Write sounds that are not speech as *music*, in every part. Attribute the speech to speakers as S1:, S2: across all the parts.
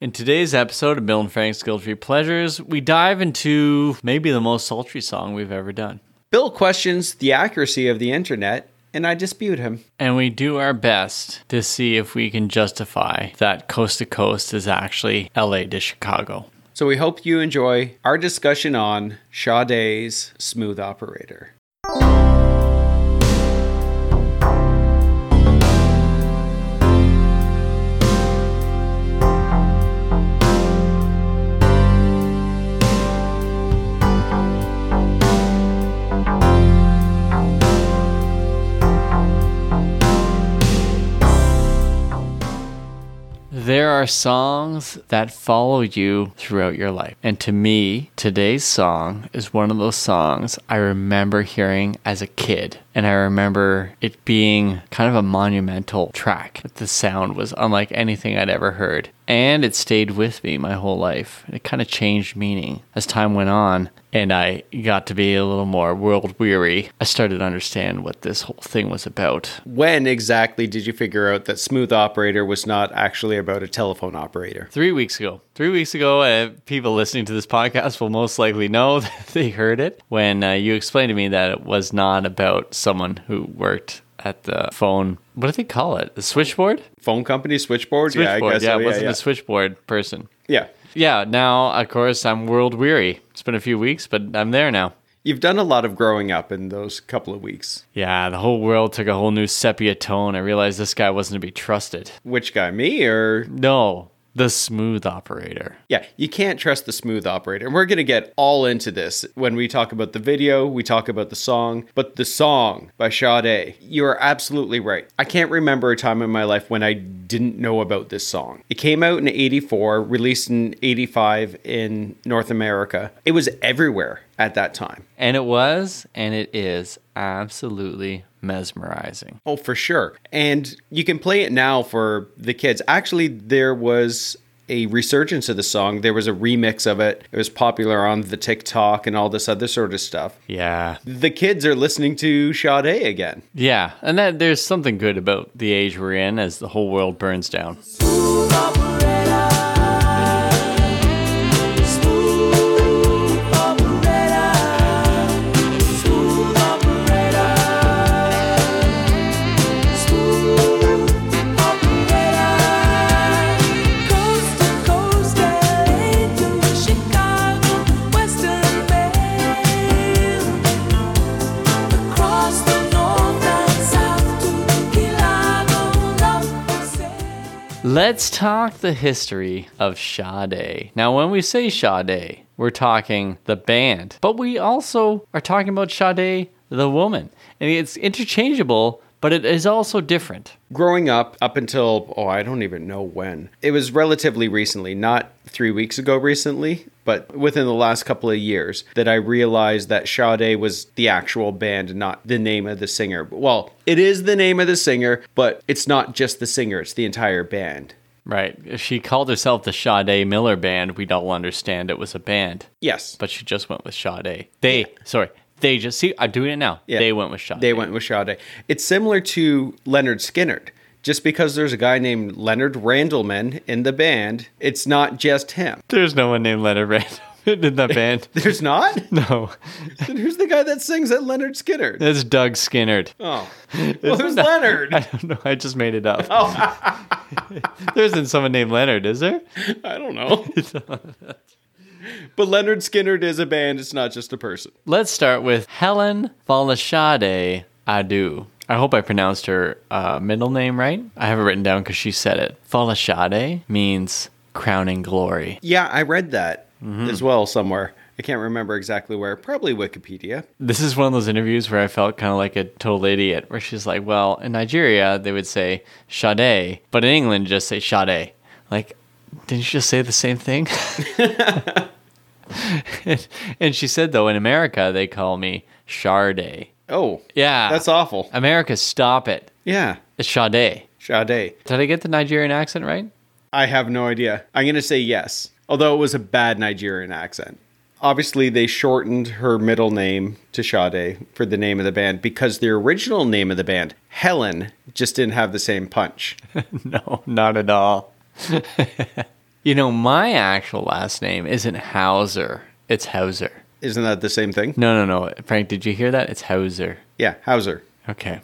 S1: In today's episode of Bill and Frank's Guilty Pleasures, we dive into maybe the most sultry song we've ever done.
S2: Bill questions the accuracy of the internet, and I dispute him.
S1: And we do our best to see if we can justify that Coast to Coast is actually LA to Chicago.
S2: So we hope you enjoy our discussion on Sade's Smooth Operator.
S1: There are songs that follow you throughout your life. And to me, today's song is one of those songs I remember hearing as a kid. And I remember it being kind of a monumental track. The sound was unlike anything I'd ever heard. And it stayed with me my whole life. It kind of changed meaning as time went on and I got to be a little more world weary. I started to understand what this whole thing was about.
S2: When exactly did you figure out that Smooth Operator was not actually about a telephone operator?
S1: Three weeks ago. Three weeks ago, uh, people listening to this podcast will most likely know *laughs* that they heard it when uh, you explained to me that it was not about someone who worked at the phone. What do they call it? The switchboard?
S2: Phone company switchboard?
S1: switchboard. Yeah,
S2: so,
S1: it wasn't
S2: yeah.
S1: a switchboard person.
S2: yeah.
S1: Yeah, now, of course, I'm world weary. It's been a few weeks, but I'm there now.
S2: You've done a lot of growing up in those couple of weeks.
S1: Yeah, the whole world took a whole new sepia tone. I realized this guy wasn't to be trusted.
S2: Which guy, me or?
S1: No, the smooth operator.
S2: Yeah, you can't trust the smooth operator. And we're going to get all into this when we talk about the video, we talk about the song, but the song by Sade, you are absolutely right. I can't remember a time in my life when I didn't know about this song. It came out in 84, released in 85 in North America. It was everywhere at that time.
S1: And it was, and it is absolutely mesmerizing.
S2: Oh, for sure. And you can play it now for the kids. Actually, there was a resurgence of the song. There was a remix of it. It was popular on the TikTok and all this other sort of stuff.
S1: Yeah.
S2: The kids are listening to Sade again.
S1: Yeah. And that there's something good about the age we're in as the whole world burns down.
S3: Smooth operator. Smooth operator. Smooth operator. Smooth operator. Coast to coast, LA to Chicago, Western Maine. Across the north and south to Killarney, love for sale.
S1: Let's talk the history of Sade. Now, when we say Sade, we're talking the band, but we also are talking about Sade, the woman. And it's interchangeable, but it is also different.
S2: Growing up, up until, oh, I don't even know when, it was relatively recently, not three weeks ago recently, but within the last couple of years, that I realized that Sade was the actual band, not the name of the singer. Well, it is the name of the singer, but it's not just the singer, it's the entire band.
S1: Right. If she called herself the Sade Miller Band, we'd all understand it was a band.
S2: Yes,
S1: but she just went with Sade. They, sorry, they just see. I'm doing it now.
S2: Yeah.
S1: They went with Sade.
S2: they went with Sade. It's similar to Leonard Skinnard. Just because there's a guy named Leonard Randleman in the band, it's not just him.
S1: *laughs*
S2: *laughs*
S1: There's no one named Leonard Random *laughs* in that band.
S2: There's not?
S1: No,
S2: Then who's the guy that sings at Leonard Skinner?
S1: that's Doug Skinnerd. *laughs*
S2: Oh, well, who's Leonard?
S1: I don't know. I just made it up. Oh. *laughs* there isn't someone named Leonard, is there?
S2: I don't know. but Leonard Skinner is a band. It's not just a person.
S1: Let's start with Helen Falashade Adu. I hope I pronounced her uh, middle name right. I have it written down because she said it. Falashade means crowning glory.
S2: Yeah, I read that as well somewhere. I can't remember exactly where. Probably Wikipedia.
S1: this is one of those interviews where I felt kind of like a total idiot, where she's like, well, in Nigeria, they would say Sade, but in England, just say Sade. Like, didn't you just say the same thing? *laughs* and, and she said, though, in America, they call me Sade.
S2: Oh,
S1: Yeah.
S2: that's awful.
S1: America, stop it.
S2: Yeah,
S1: It's Sade.
S2: Sade.
S1: Did I get the Nigerian accent right?
S2: I have no idea. I'm gonna say yes, although it was a bad Nigerian accent. Obviously, they shortened her middle name to Sade for the name of the band because the original name of the band, Helen, just didn't have the same punch.
S1: No, not at all. *laughs* You know, my actual last name isn't Hauser, it's Hauser.
S2: Isn't that the same thing?
S1: No, no, no. Frank, did you hear that? It's Hauser.
S2: Yeah, Hauser.
S1: Okay.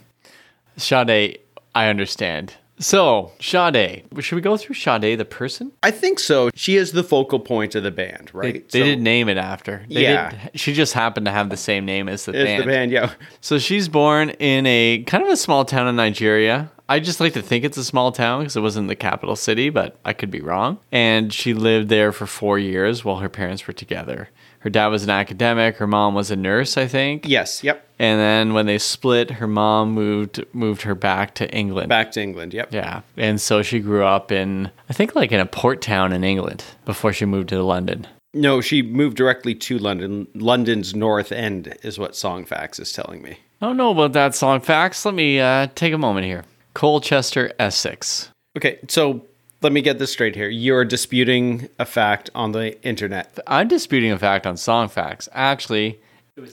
S1: Sade, I understand. So, Sade, should we go through Sade the person?
S2: I think so. She is the focal point of the band,
S1: They,
S2: right?
S1: they
S2: So-
S1: did name it after. They
S2: Yeah.
S1: did- she just happened to have the same name as the
S2: It's
S1: band.
S2: the band, yeah.
S1: So she's born in a kind of a small town in Nigeria. I just like to think it's a small town because it wasn't the capital city, but I could be wrong. And she lived there for four years while her parents were together. Her dad was an academic. Her mom was a nurse, I think.
S2: Yes, yep.
S1: And then when they split, her mom moved moved her back to England.
S2: Back to England, yep.
S1: Yeah. And so she grew up in I think like in a port town in England before she moved to London.
S2: No, she moved directly to London. London's North End is what Songfax is telling me.
S1: I don't know about that song facts. Let me uh, take a moment here. Colchester, Essex.
S2: Okay, so let me get this straight here. You're disputing a fact on the internet,
S1: I'm disputing a fact on song facts. Actually,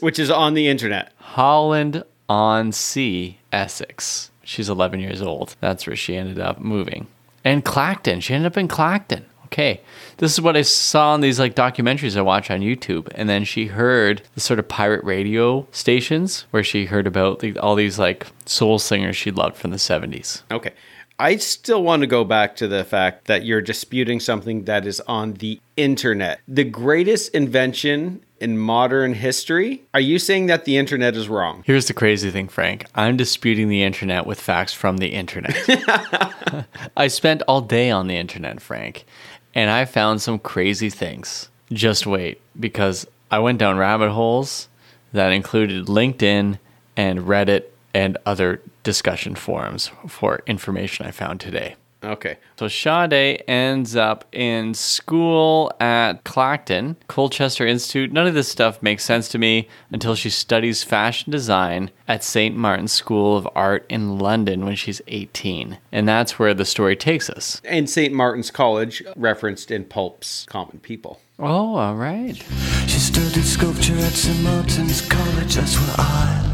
S2: which is on the internet.
S1: Holland on Sea, Essex. She's 11 years old. That's where she ended up moving. And Clacton. She ended up in Clacton. Okay. This is what I saw in these like documentaries I watch on YouTube. And then she heard the sort of pirate radio stations where she heard about the, all these like soul singers she loved from the 70s.
S2: Okay. I still want to go back to the fact that you're disputing something that is on the internet. The greatest invention in modern history. Are you saying that the internet is wrong?
S1: Here's the crazy thing, Frank. I'm disputing the internet with facts from the internet. I spent all day on the internet, Frank, and I found some crazy things. Just wait, because I went down rabbit holes that included LinkedIn and Reddit and other discussion forums for information I found today.
S2: Okay.
S1: So Sade ends up in school at Clacton, Colchester Institute. None of this stuff makes sense to me until she studies fashion design at St. Martin's School of Art in London when she's 18. And that's where the story takes us.
S2: And St. Martin's College, referenced in Pulp's Common People.
S1: Oh, all right.
S4: She studied sculpture at St. Martin's College, that's where I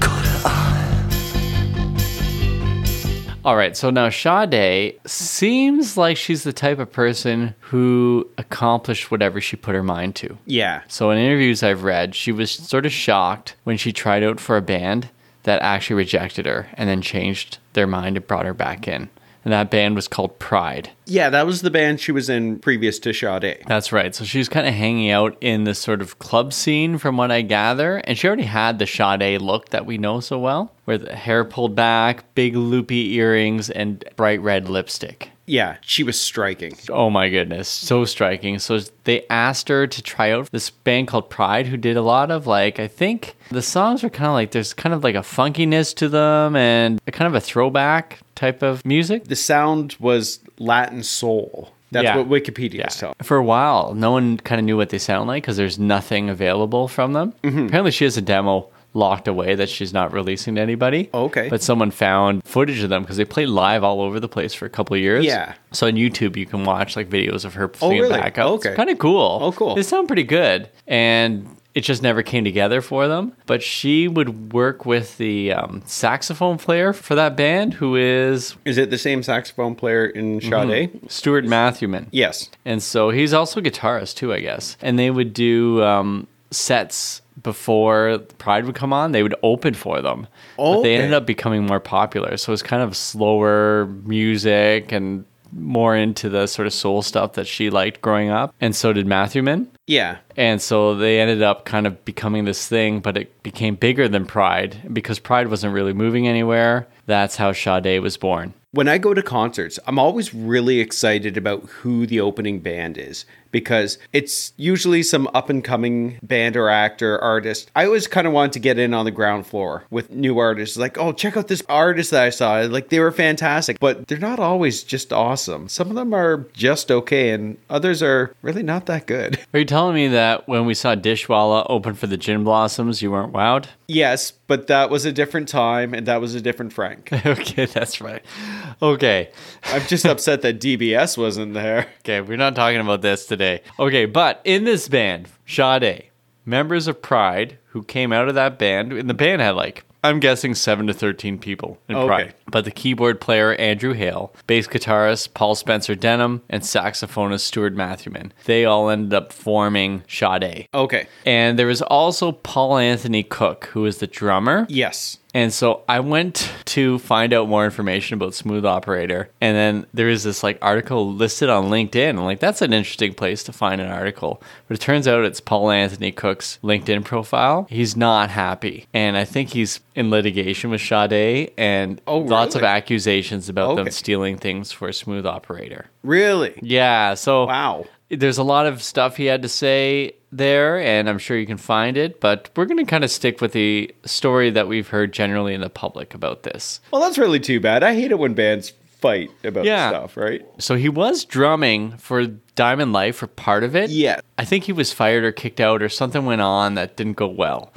S4: caught her eye.
S1: All right. So now Sade seems like she's the type of person who accomplished whatever she put her mind to.
S2: Yeah.
S1: So in interviews I've read, she was sort of shocked when she tried out for a band that actually rejected her and then changed their mind and brought her back in. And that band was called Pride.
S2: Yeah, that was the band she was in previous to Sade.
S1: That's right. So she was kind of hanging out in this sort of club scene, from what I gather. And she already had the Sade look that we know so well, with hair pulled back, big loopy earrings, and bright red lipstick.
S2: Yeah, she was striking.
S1: Oh my goodness, so striking. So they asked her to try out this band called Pride, who did a lot of like I think the songs are kind of like there's kind of like a funkiness to them and a kind of a throwback type of music.
S2: The sound was Latin soul. That's
S1: Yeah.
S2: what Wikipedia is telling.
S1: For a while, no one kind of knew what they sound like because there's nothing available from them.
S2: Mm-hmm.
S1: Apparently, she has a demo locked away that she's not releasing to anybody.
S2: Oh, Okay.
S1: But someone found footage of them because they played live all over the place for a couple of years.
S2: Yeah. Oh,
S1: So on YouTube, you can watch like videos of her playing
S2: really?
S1: back up.
S2: Okay.
S1: kind of cool.
S2: Oh, cool.
S1: They sound pretty good. And it just never came together for them. But she would work with the um, saxophone player for that band, who is
S2: Is it the same saxophone player in Sade?
S1: Mm-hmm. Stuart Matthewman.
S2: Yes.
S1: And so he's also a guitarist too, I guess. And they would do um, sets before Pride would come on. They would open for them. But they
S2: Okay.
S1: ended up becoming more popular. So it's kind of slower music and more into the sort of soul stuff that she liked growing up. And so did Matthewman.
S2: Yeah.
S1: And so they ended up kind of becoming this thing, but it became bigger than Pride because Pride wasn't really moving anywhere. That's how Sade was born.
S2: When I go to concerts, I'm always really excited about who the opening band is because it's usually some up and coming band or actor, artist. I always kind of want to get in on the ground floor with new artists. Like, oh, check out this artist that I saw. Like, they were fantastic, but they're not always just awesome. Some of them are just okay, and others are really not that good. *laughs*
S1: Are you telling me that when we saw Dishwalla open for the Gin Blossoms, you weren't wowed? *laughs*
S2: yes, but that was a different time, and that was a different Frank.
S1: okay, that's right. Okay.
S2: I'm just upset that DBS wasn't there.
S1: Okay, we're not talking about this today. Okay, but in this band, Sade, members of Pride who came out of that band, and the band had like I'm guessing 7 to 13 people in
S2: Okay.
S1: Pride. But the keyboard player Andrew Hale, bass guitarist Paul Spencer Denham, and saxophonist Stuart Matthewman, they all ended up forming Sade.
S2: Okay.
S1: And there was also Paul Anthony Cook, who is the drummer.
S2: Yes.
S1: And so I went to find out more information about Smooth Operator. And then there is this like article listed on LinkedIn. I'm like, that's an interesting place to find an article. But it turns out it's Paul Anthony Cook's LinkedIn profile. He's not happy. And I think he's in litigation with Sade and
S2: Oh,
S1: lots of
S2: really?
S1: accusations about them
S2: Okay.
S1: stealing things for Smooth Operator.
S2: Really?
S1: Yeah. So
S2: Wow.
S1: there's a lot of stuff he had to say there, and I'm sure you can find it. But we're going to kind of stick with the story that we've heard generally in the public about this.
S2: Well, that's really too bad. I hate it when bands fight about
S1: Yeah.
S2: stuff, right?
S1: So he was drumming for Diamond Life for part of it.
S2: Yeah.
S1: I think he was fired or kicked out or something went on that didn't go well.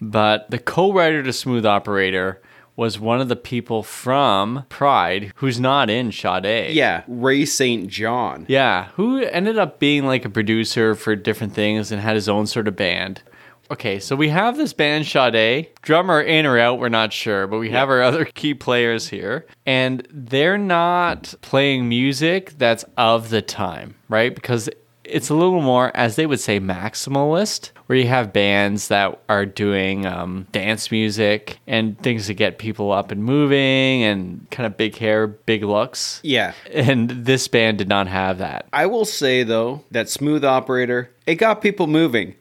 S1: But the co writer to Smooth Operator was one of the people from Pride who's not in Sade.
S2: Yeah. Ray St. John.
S1: Yeah, who ended up being like a producer for different things and had his own sort of band. Okay, so we have this band Sade, drummer in or out, we're not sure, but we have our other key players here, and they're not playing music that's of the time, right? Because it's a little more, as they would say, maximalist, where you have bands that are doing um, dance music and things to get people up and moving and kind of big hair, big looks.
S2: Yeah.
S1: And this band did not have that.
S2: I will say, though, that Smooth Operator, it got people moving,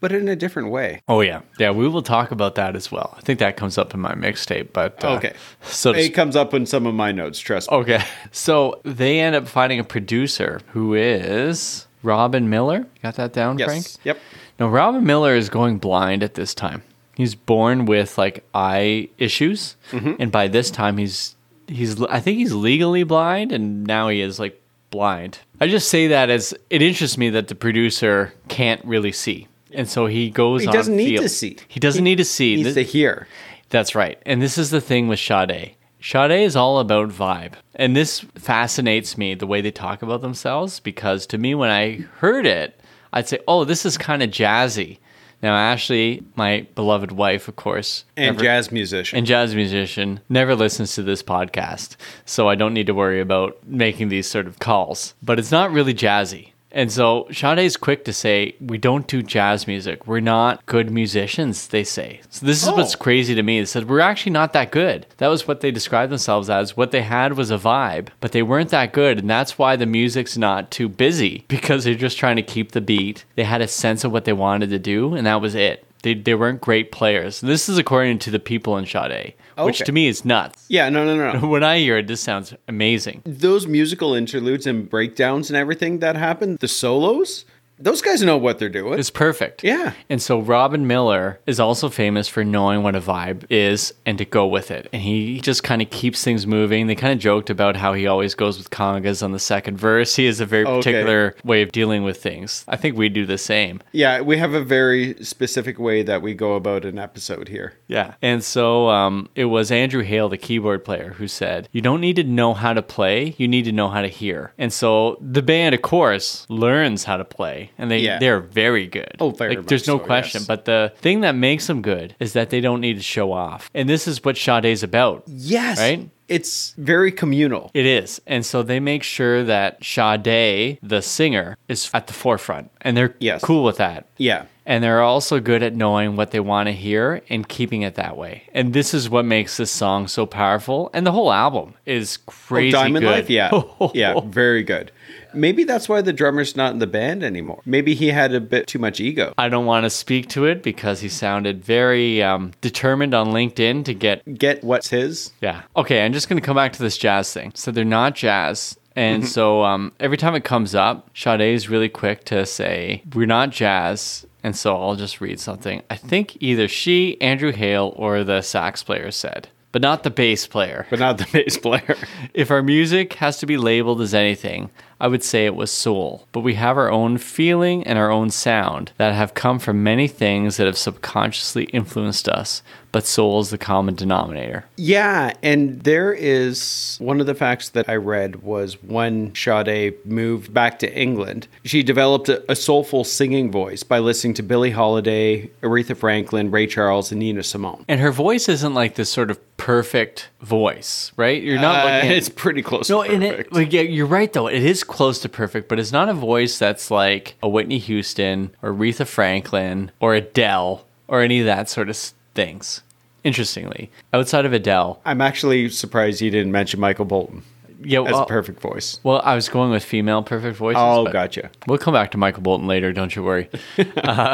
S2: but in a different way.
S1: Oh yeah, yeah. We will talk about that as well. I think that comes up in my mixtape. But Oh, uh,
S2: Okay.
S1: *laughs* so to
S2: It comes up in some of my notes, trust me.
S1: Okay. *laughs* So they end up finding a producer who is Robin Miller. Got that down,
S2: yes.
S1: Frank?
S2: Yep.
S1: Now Robin Miller is going blind at this time. He's born with like eye issues,
S2: Mm-hmm.
S1: and by this time he's he's I think he's legally blind, and now he is like blind. I just say that as it interests me that the producer can't really see, and so he goes.
S2: He
S1: on
S2: doesn't need
S1: field-
S2: to see.
S1: He doesn't need to see.
S2: Needs
S1: Th-
S2: to hear.
S1: that's right. And this is the thing with Sade. Sade is all about vibe. And this fascinates me the way they talk about themselves because to me, when I heard it, I'd say, oh, this is kind of jazzy. Now, Ashley, my beloved wife, of course,
S2: And
S1: never-
S2: jazz musician.
S1: and jazz musician, never listens to this podcast. So I don't need to worry about making these sort of calls. But it's not really jazzy. And so Sade is quick to say, we don't do jazz music. We're not good musicians, they say. So this is
S2: Oh.
S1: what's crazy to me. They said, we're actually not that good. That was what they described themselves as. What they had was a vibe, but they weren't that good. And that's why the music's not too busy *laughs* because they're just trying to keep the beat. They had a sense of what they wanted to do, and that was it. They, they weren't great players. This is according to the people in Sade, which
S2: Okay.
S1: to me is nuts. *laughs*
S2: yeah, no, no, no. no.
S1: When I hear it, this sounds amazing.
S2: Those musical interludes and breakdowns and everything that happened, the solos, those guys know what they're doing.
S1: It's perfect.
S2: Yeah.
S1: And so Robin Miller is also famous for knowing what a vibe is and to go with it. And he just kind of keeps things moving. They kind of joked about how he always goes with congas on the second verse. He has a very
S2: Okay.
S1: particular way of dealing with things. I think we do the same.
S2: yeah, we have a very specific way that we go about an episode here.
S1: Yeah. And so um, it was Andrew Hale, the keyboard player, who said, You don't need to know how to play, you need to know how to hear. And so the band, of course, learns how to play, and they,
S2: Yeah.
S1: they're very good.
S2: Oh, very
S1: Like, There's
S2: much
S1: no
S2: so,
S1: question.
S2: yes.
S1: But the thing that makes them good is that they don't need to show off. And this is what Sade's about.
S2: Yes.
S1: Right?
S2: It's very communal.
S1: It is. And so they make sure that Sade, the singer, is at the forefront. And they're
S2: Yes.
S1: cool with that.
S2: Yeah.
S1: And they're also good at knowing what they want to hear and keeping it that way. And this is what makes this song so powerful. And the whole album is crazy.
S2: Oh, Diamond
S1: good. *laughs*
S2: Life, yeah. yeah, very good. Maybe that's why the drummer's not in the band anymore. Maybe he had a bit too much ego.
S1: I don't want to speak to it because he sounded very um, determined on LinkedIn to get.
S2: Get what's his?
S1: Yeah. Okay, I'm just going to come back to this jazz thing. So they're not jazz. And so um, every time it comes up, Sade is really quick to say, We're not jazz. And so I'll just read something. I think either she, Andrew Hale, or the sax player said, but not the bass player.
S2: But not the *laughs* bass player.
S1: If our music has to be labeled as anything, I I would say it was soul. But we have our own feeling and our own sound that have come from many things that have subconsciously influenced us, but soul is the common denominator.
S2: Yeah, and there is one of the facts that I read was when Sade moved back to England, she developed a, a soulful singing voice by listening to Billie Holiday, Aretha Franklin, Ray Charles, and Nina Simone.
S1: And her voice isn't like this sort of perfect voice, right? You're not
S2: Uh, *laughs*
S1: looking at
S2: it's pretty
S1: *laughs*
S2: close.
S1: No,
S2: to
S1: and it,
S2: perfect.
S1: like, yeah, you're right though. It is close to perfect, but it's not a voice that's like a Whitney Houston or Aretha Franklin or Adele or any of that sort of s- things. Interestingly, outside of Adele,
S2: I'm actually surprised you didn't mention Michael Bolton
S1: yeah,
S2: as
S1: well,
S2: a perfect voice.
S1: well, I was going with female perfect voices.
S2: Oh,
S1: but *laughs*
S2: gotcha.
S1: We'll come back to Michael Bolton later. Don't you worry.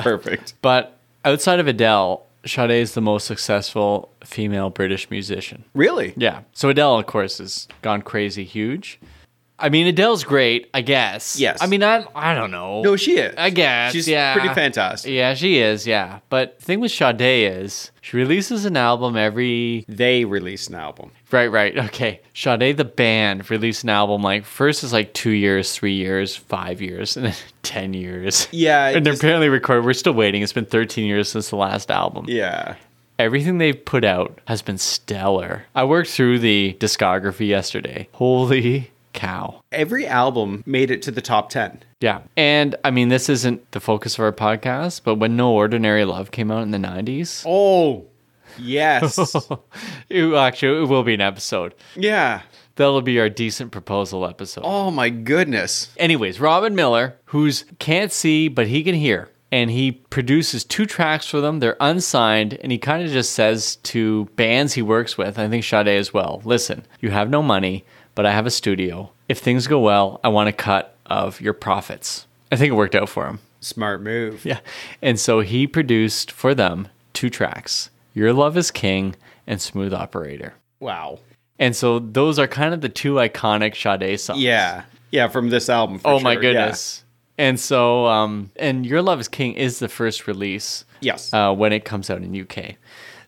S2: perfect.
S1: but outside of Adele, Sade is the most successful female British musician.
S2: Really?
S1: Yeah. So Adele, of course, has gone crazy huge. I mean, Adele's great, I guess.
S2: Yes.
S1: I mean, I I don't know.
S2: No, she is.
S1: I guess.
S2: She's
S1: yeah.
S2: pretty fantastic.
S1: Yeah, she is. Yeah. But the thing with Sade is she releases an album every.
S2: They released an album.
S1: Right, right. *laughs* Okay. Sade, the band, released an album like first is like two years, three years, five years, *laughs* and then 10 years.
S2: Yeah, it
S1: And they're
S2: just-
S1: apparently recorded. We're still waiting. It's been 13 years since the last album
S2: Yeah.
S1: everything they've put out has been stellar. I worked through the discography yesterday. Holy cow.
S2: Every album made it to the top 10.
S1: Yeah. And I mean, this isn't the focus of our podcast, but when No Ordinary Love came out in the 90s,
S2: Oh,
S1: *laughs*
S2: yes.
S1: it, actually, it will be an episode.
S2: yeah.
S1: That'll be our decent proposal episode.
S2: Oh, my goodness.
S1: Anyways, Robin Miller, who's can't see but he can hear, and he produces two tracks for them. They're unsigned, and he kind of just says to bands he works with, I think Sade as well, listen, you have no money, but I have a studio. If things go well, I want a cut of your profits. I think it worked out for him.
S2: Smart move.
S1: Yeah. And so he produced for them two tracks Your Love is King and Smooth Operator.
S2: Wow.
S1: And so those are kind of the two iconic Sade songs.
S2: Yeah. Yeah, from this album. for
S1: Oh my
S2: sure. Yeah.
S1: goodness. And so, um, and Your Love is King is the first release.
S2: Yes.
S1: Uh, when it comes out in UK.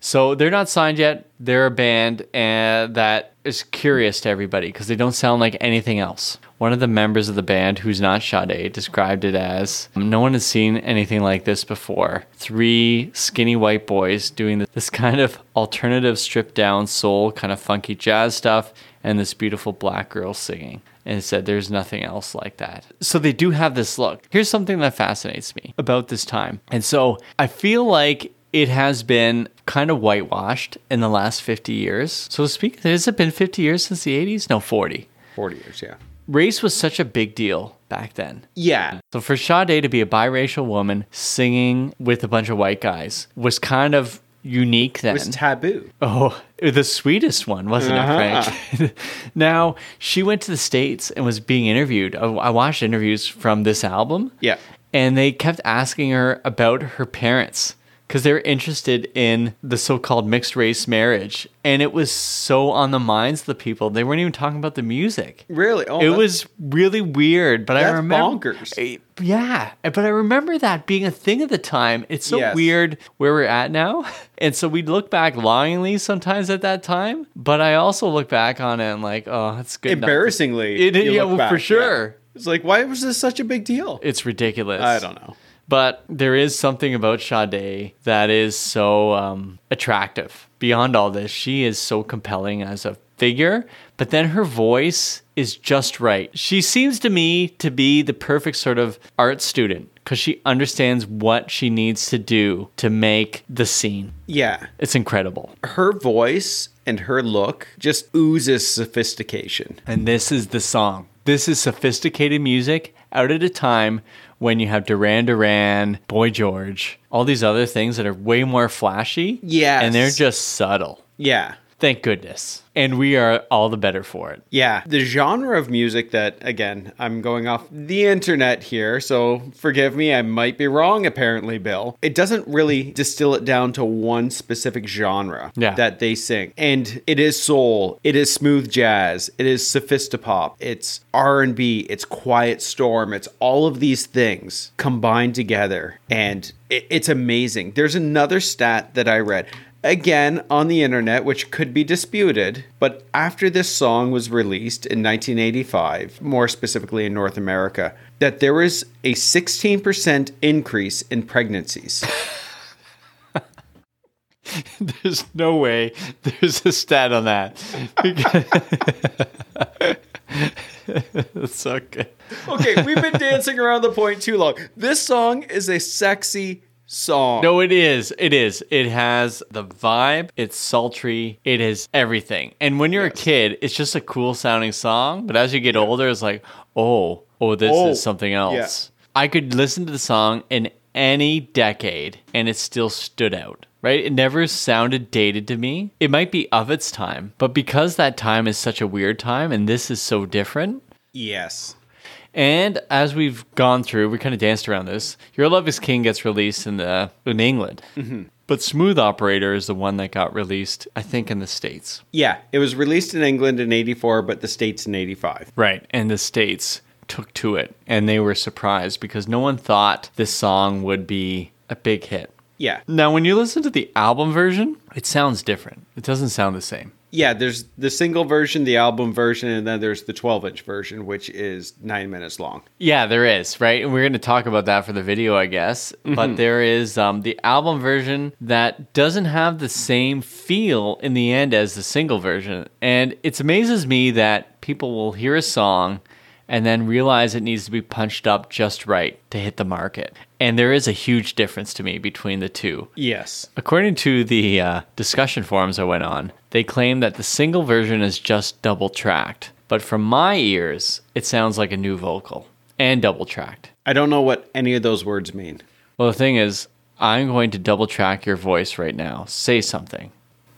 S1: So they're not signed yet. They're a band and that is curious to everybody because they don't sound like anything else. One of the members of the band, who's not Sade, described it as no one has seen anything like this before. Three skinny white boys doing this kind of alternative, stripped down soul, kind of funky jazz stuff, and this beautiful black girl singing and said there's nothing else like that. So they do have this look. Here's something that fascinates me about this time. And so I feel like it has been kind of whitewashed in the last 50 years. So to speak, has it been 50 years since the 80s? No, 40.
S2: 40 years, yeah.
S1: Race was such a big deal back then.
S2: Yeah.
S1: So for Sade to be a biracial woman singing with a bunch of white guys was kind of unique then.
S2: It was taboo.
S1: Oh, the sweetest one, wasn't it, Frank? *laughs* now, she went to the States and was being interviewed. I I watched interviews from this album.
S2: Yeah.
S1: And they kept asking her about her parents because they were interested in the so called mixed race marriage. And it was so on the minds of the people. They weren't even talking about the music.
S2: Really? Oh,
S1: it
S2: that's-
S1: was really weird, but I
S2: That's
S1: remember.
S2: bonkers.
S1: I- Yeah, but I remember that being a thing at the time. It's so
S2: Yes.
S1: weird where we're at now. *laughs* And so we look back longingly sometimes at that time, but I also look back on it and like, oh, that's good. not to-
S2: Embarrassingly.
S1: It-
S2: you
S1: yeah,
S2: look
S1: well,
S2: back,
S1: for sure.
S2: It's like, why was this such a big deal?
S1: It's ridiculous.
S2: I don't know.
S1: But there is something about Sade that is so um, attractive. Beyond all this, she is so compelling as a figure, but then her voice is just right. She seems to me to be the perfect sort of art student because she understands what she needs to do to make the scene.
S2: Yeah.
S1: It's incredible.
S2: Her voice and her look just oozes sophistication.
S1: And this is the song. This is sophisticated music out at a time when you have Duran Duran, Boy George, all these other things that are way more flashy.
S2: Yes.
S1: And they're just subtle.
S2: Yeah.
S1: Thank goodness. And we are all the better for it. *laughs*
S2: Yeah, the genre of music that, again, I'm going off the internet here, so forgive me, I might be wrong apparently, Bill. It doesn't really distill it down to one specific genre
S1: Yeah.
S2: that they sing. And it is soul, it is smooth jazz, it is sophistopop, it's R&B, it's quiet storm, it's all of these things combined together and it, it's amazing. There's another stat that I read. again on the internet, which could be disputed. But after this song was released in 1985, more specifically in North America, that there was a 16% increase in pregnancies.
S1: There's no way there's a stat on that. *laughs* That's so good.
S2: okay, we've been dancing around the point too long. This song is a sexy song.
S1: No, it is. It is. It has the vibe. It's sultry. It is everything. And when you're a kid, it's just a cool sounding song. But as you get older, it's like, oh, oh, this
S2: Oh,
S1: is something
S2: yeah.
S1: else. I could listen to the song in any decade and it still stood out. Right? It never sounded dated to me. It might be of its time, but because that time is such a weird time and this is so different,
S2: Yes.
S1: and as we've gone through, we kind of danced around this. Your Love Is King gets released in the in England, but Smooth Operator is the one that got released, I think, in the states.
S2: Yeah, it was released in England in 84, but the States in 85.
S1: Right, and the states took to it, and they were surprised because no one thought this song would be a big hit.
S2: Yeah.
S1: Now, when you listen to the album version, it sounds different. It doesn't sound the same.
S2: Yeah, there's the single version, the album version, and then there's the 12 inch version, which is nine minutes long.
S1: Yeah, there is, right? And we're going to talk about that for the video, I guess. But there is um, the album version that doesn't have the same feel in the end as the single version. And it amazes me that people will hear a song and then realize it needs to be punched up just right to hit the market. And there is a huge difference to me between the two.
S2: Yes.
S1: According to the uh, discussion forums I went on, they claim that the single version is just double tracked. But from my ears, it sounds like a new vocal and double tracked.
S2: I don't know what any of those words mean.
S1: Well, the thing is, I'm going to double track your voice right now. Say something.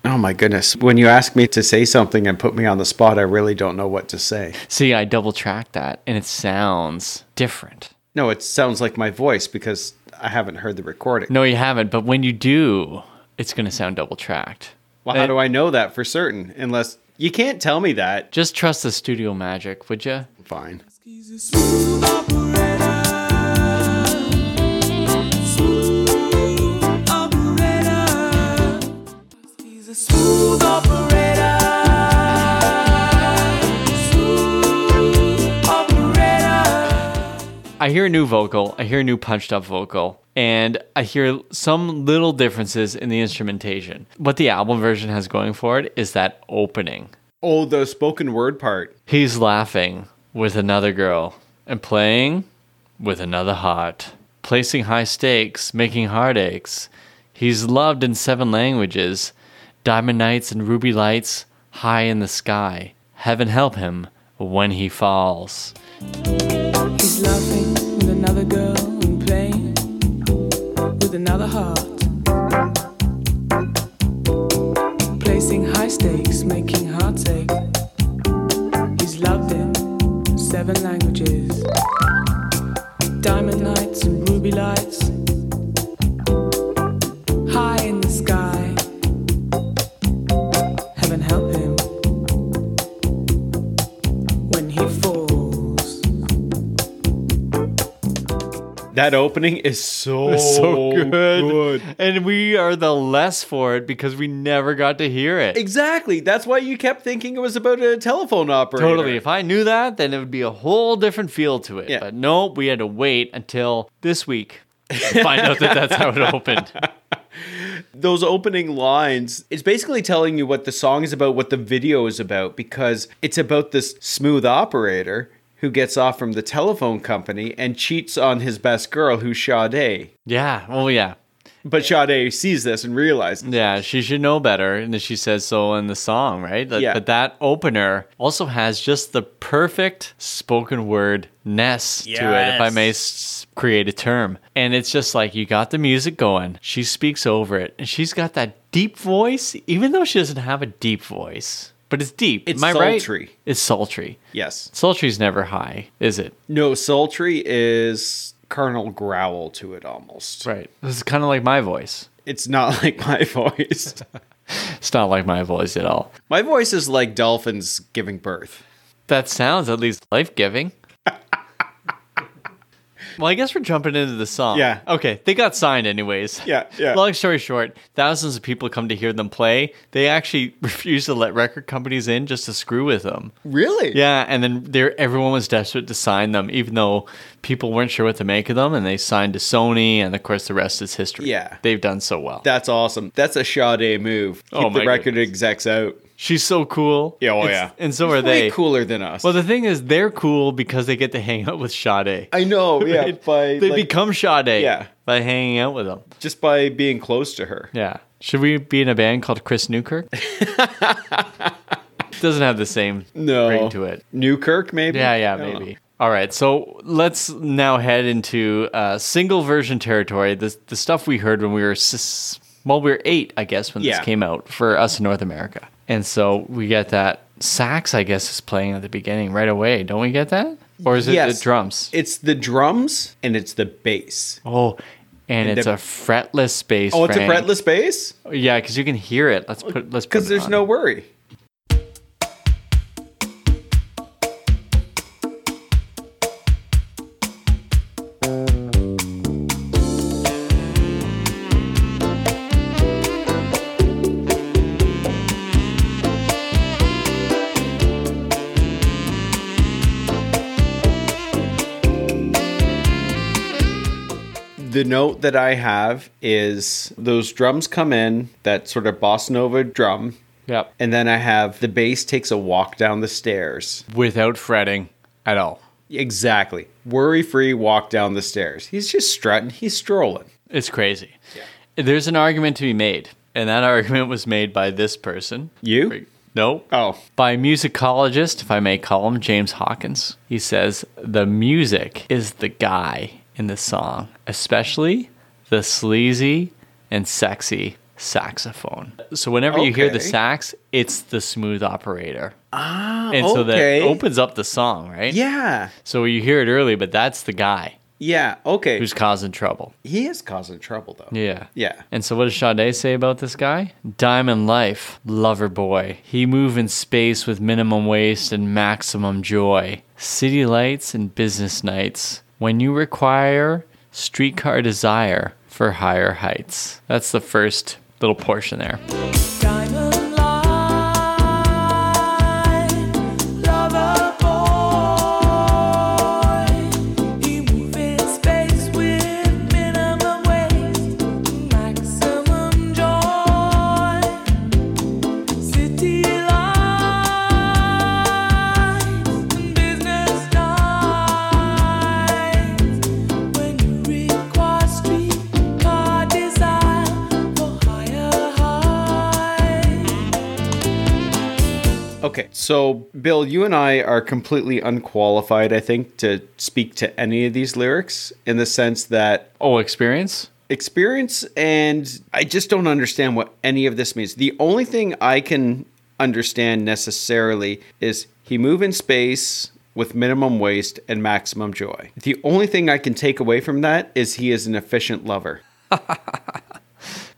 S2: Oh my goodness. When you ask me to say something and put me on the spot, I really don't know what to say.
S1: See, I double tracked that and it sounds different.
S2: No, it sounds like my voice because I haven't heard the recording.
S1: No, you haven't, but when you do, it's going to sound double tracked.
S2: Well, how do I know that for certain? Unless you can't tell me that.
S1: Just trust the studio magic, would you?
S2: Fine.
S3: Smooth operator. Smooth operator. He's a smooth operator. Smooth operator.
S1: I hear a new vocal, I hear a new punched up vocal, and I hear some little differences in the instrumentation. What the album version has going for it is that opening.
S2: Oh, the spoken word part.
S1: He's laughing with another girl and playing with another heart, placing high stakes, making heartaches. He's loved in seven languages, diamond nights and ruby lights, high in the sky. Heaven help him when he falls.
S5: He's laughing with another girl and playing with another heart. Placing high stakes, making hearts ache. He's loved in seven languages. Diamond lights and ruby lights. High in the sky. Heaven help him when he falls.
S2: That opening is
S1: *laughs*
S2: so, Oh,
S1: so good. And we are the less for it because we never got to hear it.
S2: Exactly. That's why you kept thinking it was about a telephone operator.
S1: Totally. If I knew that, then it would be a whole different feel to it.
S2: Yeah.
S1: But nope, we had to wait until this week to find out that that's how it
S2: *laughs*
S1: opened.
S2: Those opening lines, it's basically telling you what the song is about, what the video is about, because it's about this smooth operator who gets off from the telephone company and cheats on his best girl, who's Sade.
S1: Yeah. Well, yeah.
S2: But Sade sees this and realizes.
S1: Yeah. She should know better. And then she says so in the song, right? That-
S2: Yeah.
S1: But that opener also has just the perfect spoken word ness to it, if I may s- create a term. And it's just like you got the music going. She speaks over it. And she's got that deep voice, even though she doesn't have a deep voice. But it's deep.
S2: It's
S1: Am I right?
S2: sultry.
S1: It's sultry.
S2: Yes.
S1: Sultry's never high, is it?
S2: No, sultry is carnal growl to it almost.
S1: Right. This is kind of like my voice.
S2: It's not *laughs* like my voice.
S1: It's not like my voice at all.
S2: my voice is like dolphins giving birth.
S1: That sounds at least life giving. *laughs* Well, I guess we're jumping into the song.
S2: Yeah.
S1: Okay. They got signed anyways.
S2: Yeah, yeah.
S1: Long story short, thousands of people come to hear them play. They actually *laughs* refused to let record companies in just to screw with them.
S2: Really?
S1: Yeah, and then there everyone was desperate to sign them, even though people weren't sure what to make of them, and they signed to Sony, and of course the rest is history.
S2: Yeah.
S1: They've done so well.
S2: That's awesome. That's a Sade move. Keep
S1: Oh, my
S2: the record
S1: goodness.
S2: execs out.
S1: She's so cool.
S2: Yeah, oh,
S1: It's-
S2: yeah.
S1: And so are
S2: Way
S1: they.
S2: cooler than us.
S1: Well, the thing is, they're cool because they get to hang out with Sade. *laughs*
S2: I know, yeah.
S1: Right?
S2: By
S1: they
S2: like,
S1: become Sade
S2: Yeah.
S1: by hanging out with them.
S2: just by being close to her.
S1: Yeah. Should we be in a band called Chris
S2: *laughs*
S1: Newkirk? Doesn't have the same
S2: No.
S1: ring to it.
S2: Newkirk, maybe?
S1: Yeah, yeah,
S2: I don't
S1: maybe. All right, so let's now head into uh, single version territory. The the stuff we heard when we were s- well, we were eight, I guess, when
S2: Yeah.
S1: this came out for us in North America, and so we get that sax. I guess is playing at the beginning right away. Don't we get that? Or is it
S2: Yes.
S1: the drums?
S2: It's the drums and it's the bass.
S1: oh, and,
S2: And
S1: it's
S2: the-
S1: a fretless bass.
S2: Oh, it's a
S1: Frank.
S2: fretless bass?
S1: Yeah, because you can hear it. Let's put let's put
S2: Because
S1: it
S2: there's
S1: Oh, on.
S2: no worry. The note that I have is those drums come in, that sort of bossa nova drum,
S1: Yep.
S2: and then I have the bass takes a walk down the stairs.
S1: without fretting at all.
S2: Exactly. Worry free walk down the stairs. He's just strutting, he's strolling.
S1: It's crazy. There's an argument to be made, and that *laughs* argument was made by this person.
S2: You?
S1: No.
S2: Oh,
S1: By musicologist, if I may call him, James Hawkins. He says the music is the guy in the song, especially the sleazy and sexy saxophone. So whenever you hear the
S2: Okay.
S1: sax, it's the smooth operator. Ah, and so
S2: okay.
S1: that opens up the song, right?
S2: yeah.
S1: So you hear it early, but that's the guy
S2: Yeah. Okay.
S1: who's causing trouble.
S2: he is causing trouble, though.
S1: Yeah.
S2: Yeah.
S1: And so what does Sade say about this guy? Diamond life, lover boy. He move in space with minimum waste and maximum joy. City lights and business nights. When you require streetcar desire for higher heights. That's the first little portion there.
S3: Diamond line, lover boy. He moves in space with minimum waste, maximum joy. City lights and business nights. When you require streetcar desire for higher heights.
S2: Okay. So, Bill, you and I are completely unqualified, I think, to speak to any of these lyrics in the sense that
S1: Oh, experience?
S2: experience and I just don't understand what any of this means. The only thing I can understand necessarily is he move in space with minimum waste and maximum joy. The only thing I can take away from that is he is an efficient lover.
S1: I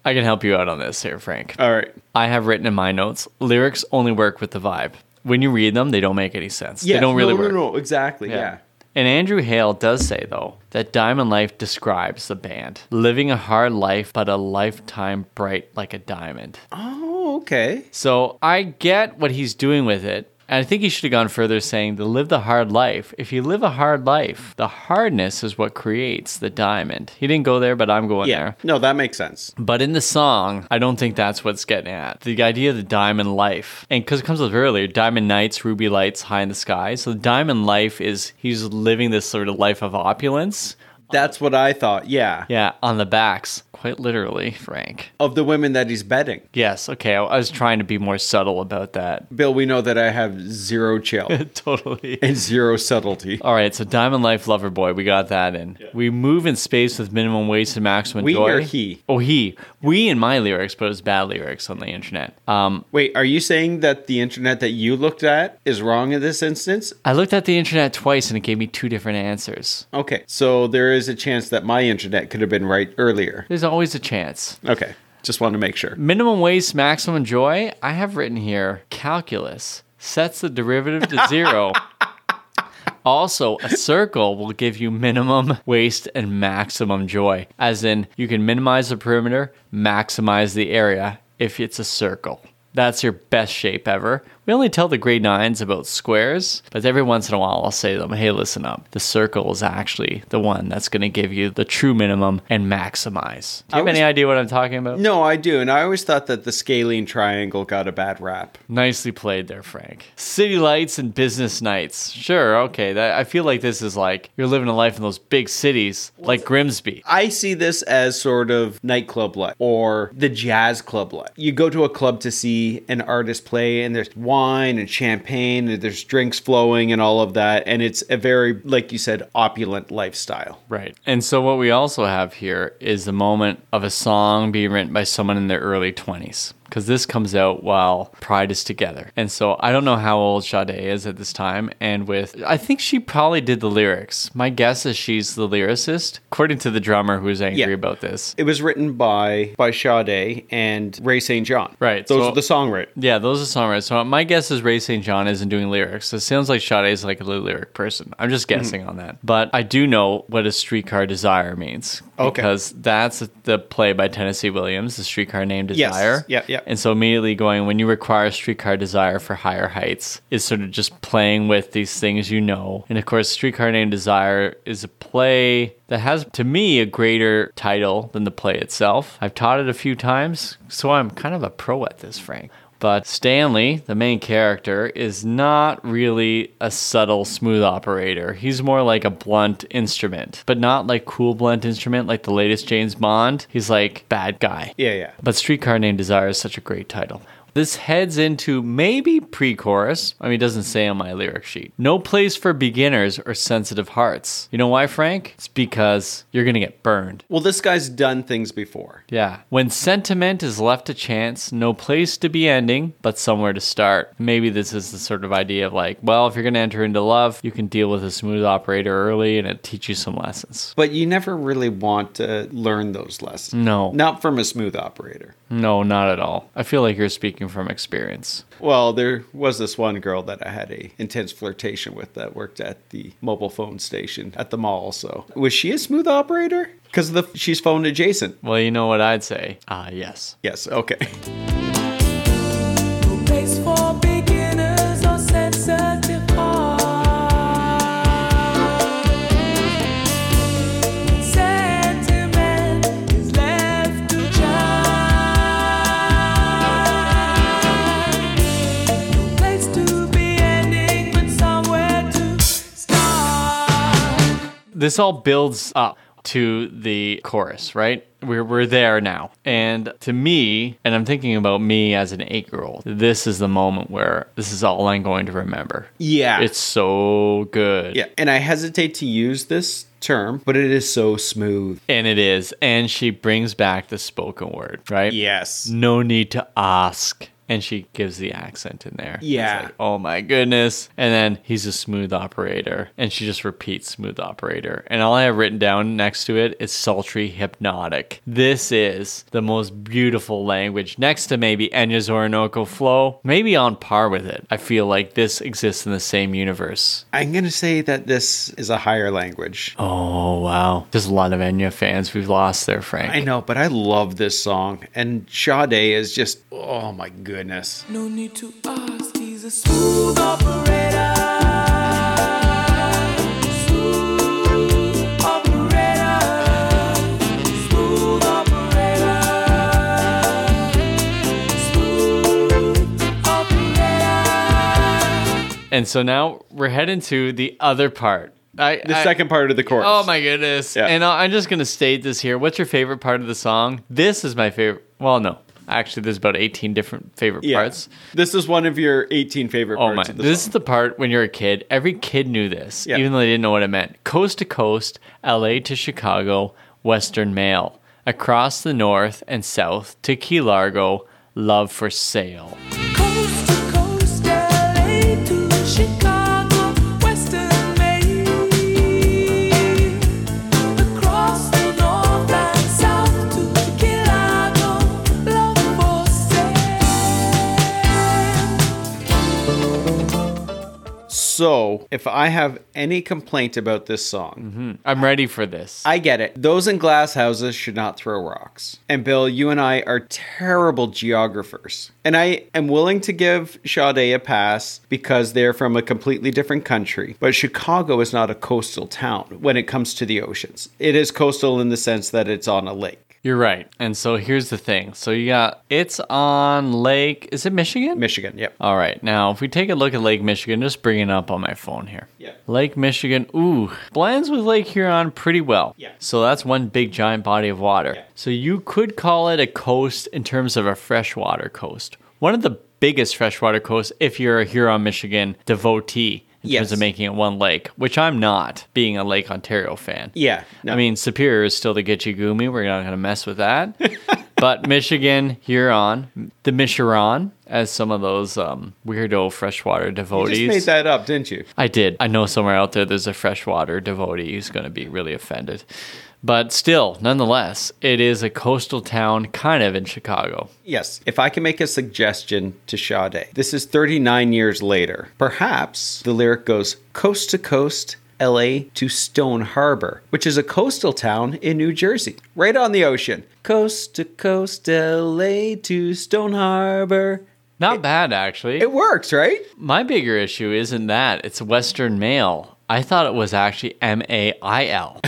S1: can help you out on this here, Frank.
S2: All right.
S1: I have written in my notes, lyrics only work with the vibe. When you read them, they don't make any sense.
S2: Yeah.
S1: they don't really
S2: no,
S1: work.
S2: No, no, exactly. Yeah.
S1: And Andrew Hale does say, though, that Diamond Life describes the band living a hard life, but a lifetime bright like a diamond.
S2: Oh, okay.
S1: So I get what he's doing with it. And I think he should have gone further saying to live the hard life. If you live a hard life, the hardness is what creates the diamond. He didn't go there, but I'm going
S2: Yeah.
S1: there.
S2: No, that makes sense.
S1: But in the song, I don't think that's what's getting at. The idea of the diamond life, and because it comes up earlier, diamond nights, ruby lights, high in the sky. So the diamond life is he's living this sort of life of opulence.
S2: That's what I thought. Yeah.
S1: Yeah, on the backs, quite literally, Frank.
S2: Of the women that he's betting.
S1: Yes, okay, I, I was trying to be more subtle about that. *laughs*
S2: Bill, we know that I have zero chill
S1: totally.
S2: and zero subtlety.
S1: All right, so Diamond Life Lover Boy, we got that in. We move in space with minimum waste and maximum
S2: We
S1: joy.
S2: or he?
S1: Oh, he. We in my lyrics, but it's bad lyrics on the internet. Um,
S2: Wait, are you saying that the internet that you looked at is wrong in this instance?
S1: I looked at the internet twice and it gave me two different answers.
S2: Okay, so there is a chance that my internet could have been right earlier.
S1: There's always a chance.
S2: Okay, just wanted to make sure.
S1: Minimum waste, maximum joy. I have written here calculus sets the derivative to zero Also, a circle will give you minimum waste and maximum joy, as in you can minimize the perimeter, maximize the area if it's a circle. That's your best shape ever. We only tell the grade nines about squares, but every once in a while I'll say to them, hey, listen up. The circle is actually the one that's going to give you the true minimum and maximize. Do you have
S2: was-
S1: any idea what I'm talking about?
S2: No, I do. And I always thought that the scalene triangle got a bad rap.
S1: Nicely played there, Frank. City lights and business nights. Sure, okay. That, I feel like this is like you're living a life in those big cities like Grimsby.
S2: I see this as sort of nightclub life or the jazz club life. You go to a club to see an artist play, and there's wine and champagne, and there's drinks flowing and all of that. And it's a very, like you said, opulent lifestyle.
S1: Right. And so what we also have here is the moment of a song being written by someone in their early 20s. Because this comes out while Pride is together. And so I don't know how old Sade is at this time. And with, I think she probably did the lyrics. My guess is she's the lyricist, according to the drummer who's angry
S2: Yeah.
S1: about this.
S2: It was written by by Sade and Ray St. John.
S1: Right,
S2: Those
S1: so-
S2: are the songwriters.
S1: Yeah, those are songwriters. So my guess is Ray St. John isn't doing lyrics. It sounds like Sade is like a lyric person. I'm just
S2: Mm-hmm.
S1: guessing on that. But I do know what a streetcar desire means.
S2: Okay.
S1: Because that's the play by Tennessee Williams, the streetcar named
S2: Yes.
S1: Desire.
S2: Yeah, yeah.
S1: And so immediately going, when you require streetcar desire for higher heights, is sort of just playing with these things you know. And of course, streetcar named Desire is a play that has, to me, a greater title than the play itself. I've taught it a few times, so I'm kind of a pro at this, Frank. But Stanley, the main character, is not really a subtle, smooth operator. He's more like a blunt instrument, but not like cool blunt instrument like the latest James Bond. He's like bad guy.
S2: Yeah, yeah.
S1: But Streetcar Named Desire is such a great title. This heads into maybe pre chorus. I mean, it doesn't say on my lyric sheet. No place for beginners or sensitive hearts. You know why, Frank? It's because you're going to get burned.
S2: Well, this guy's done things before.
S1: Yeah. When sentiment is left to chance, no place to be ending, but somewhere to start. Maybe this is the sort of idea of like, well, if you're going to enter into love, you can deal with a smooth operator early and it teach you some lessons.
S2: But you never really want to learn those lessons.
S1: No.
S2: Not from a smooth operator.
S1: No, not at all. I feel like you're speaking from experience.
S2: Well, there was this one girl that I had a intense flirtation with that worked at the mobile phone station at the mall. So was she a smooth operator? Because the she's phone adjacent.
S1: Well, you know what I'd say? Ah, yes.
S2: Yes. Okay. *laughs*
S3: No place for beginners or sensitive hearts. Sentiment is left to chance. No place to be ending, but somewhere to start.
S1: this all builds up to the chorus, right? We're, we're there now. And to me, and I'm thinking about me as an eight year old, this is the moment where this is all I'm going to remember.
S2: Yeah.
S1: It's so good.
S2: yeah. And I hesitate to use this term, but it is so smooth.
S1: And it is. And she brings back the spoken word, right?
S2: Yes.
S1: No need to ask. And she gives the accent in there. It's
S2: Yeah.
S1: like, oh my goodness. And then he's a smooth operator. And she just repeats smooth operator. And all I have written down next to it is sultry hypnotic. This is the most beautiful language next to maybe Enya's Orinoco flow, maybe on par with it. I feel like this exists in the same universe.
S2: I'm gonna say that this is a higher language.
S1: Oh, wow. There's a lot of Enya fans we've lost there, Frank.
S2: I know, but I love this song, and Sade is just oh my goodness.
S3: No need to ask, he's a smooth operator. Smooth operator. Smooth operator. Smooth operator.
S1: And so now we're heading to the other part. I,
S2: The
S1: I-
S2: second part of the chorus.
S1: Oh my goodness.
S2: Yeah.
S1: And I- I'm just going to state this here. What's your favorite part of the song? This is my favorite. Well, no. Actually, there's about 18 different favorite
S2: Yeah.
S1: parts.
S2: This is one of your 18 favorite
S1: Oh
S2: parts
S1: my.
S2: of the
S1: This
S2: song.
S1: is the part when you're a kid. Every kid knew this,
S2: Yeah.
S1: even though they didn't know what it meant. Coast to coast, LA to Chicago, Western Mail. Across the north and south to Key Largo, love for sale.
S3: Coast to coast, LA to Chicago, Western Maine. Across the north and south to Chicago, love for sale.
S2: So So if I have any complaint about this song,
S1: I'm ready for this.
S2: I get it. Those in glass houses should not throw rocks. And Bill, you and I are terrible geographers. And I am willing to give Sade a pass because they're from a completely different country. But Chicago is not a coastal town when it comes to the oceans. It is coastal in the sense that it's on a lake.
S1: You're right. And so here's the thing. So you got it's on Lake. Is it Michigan?
S2: Michigan, yep.
S1: All right. Now, if we take a look at Lake Michigan, just bring it up on my phone here.
S2: Yeah.
S1: Lake Michigan, ooh, blends with Lake Huron pretty well.
S2: Yeah.
S1: So that's one big giant body of water.
S2: Yeah.
S1: So you could call it a coast in terms of a freshwater coast. One of the biggest freshwater coasts if you're a Huron, Michigan devotee in terms
S2: Yes.
S1: of making it one lake, which I'm not, being a Lake Ontario fan.
S2: Yeah, no.
S1: I mean, Superior is still the Gitche Gumi. We're not going to mess with
S2: *laughs*
S1: that. but Michigan, Huron, the Michiron, as some of those um, weirdo freshwater
S2: You
S1: devotees.
S2: just made that up, didn't you?
S1: I did. I know somewhere out there there's a freshwater devotee who's going to be really offended. But still, nonetheless, it is a coastal town kind of in Chicago.
S2: Yes. If I can make a suggestion to Sade, this is 39 years later. Perhaps the lyric goes coast to coast, LA to Stone Harbor, which is a coastal town in New Jersey, right on the ocean. Coast to coast, LA to Stone Harbor.
S1: Not bad, actually.
S2: It works, right? *laughs*
S1: My bigger issue isn't that, it's Western Mail. I thought it was actually M A I
S2: *laughs*
S1: L.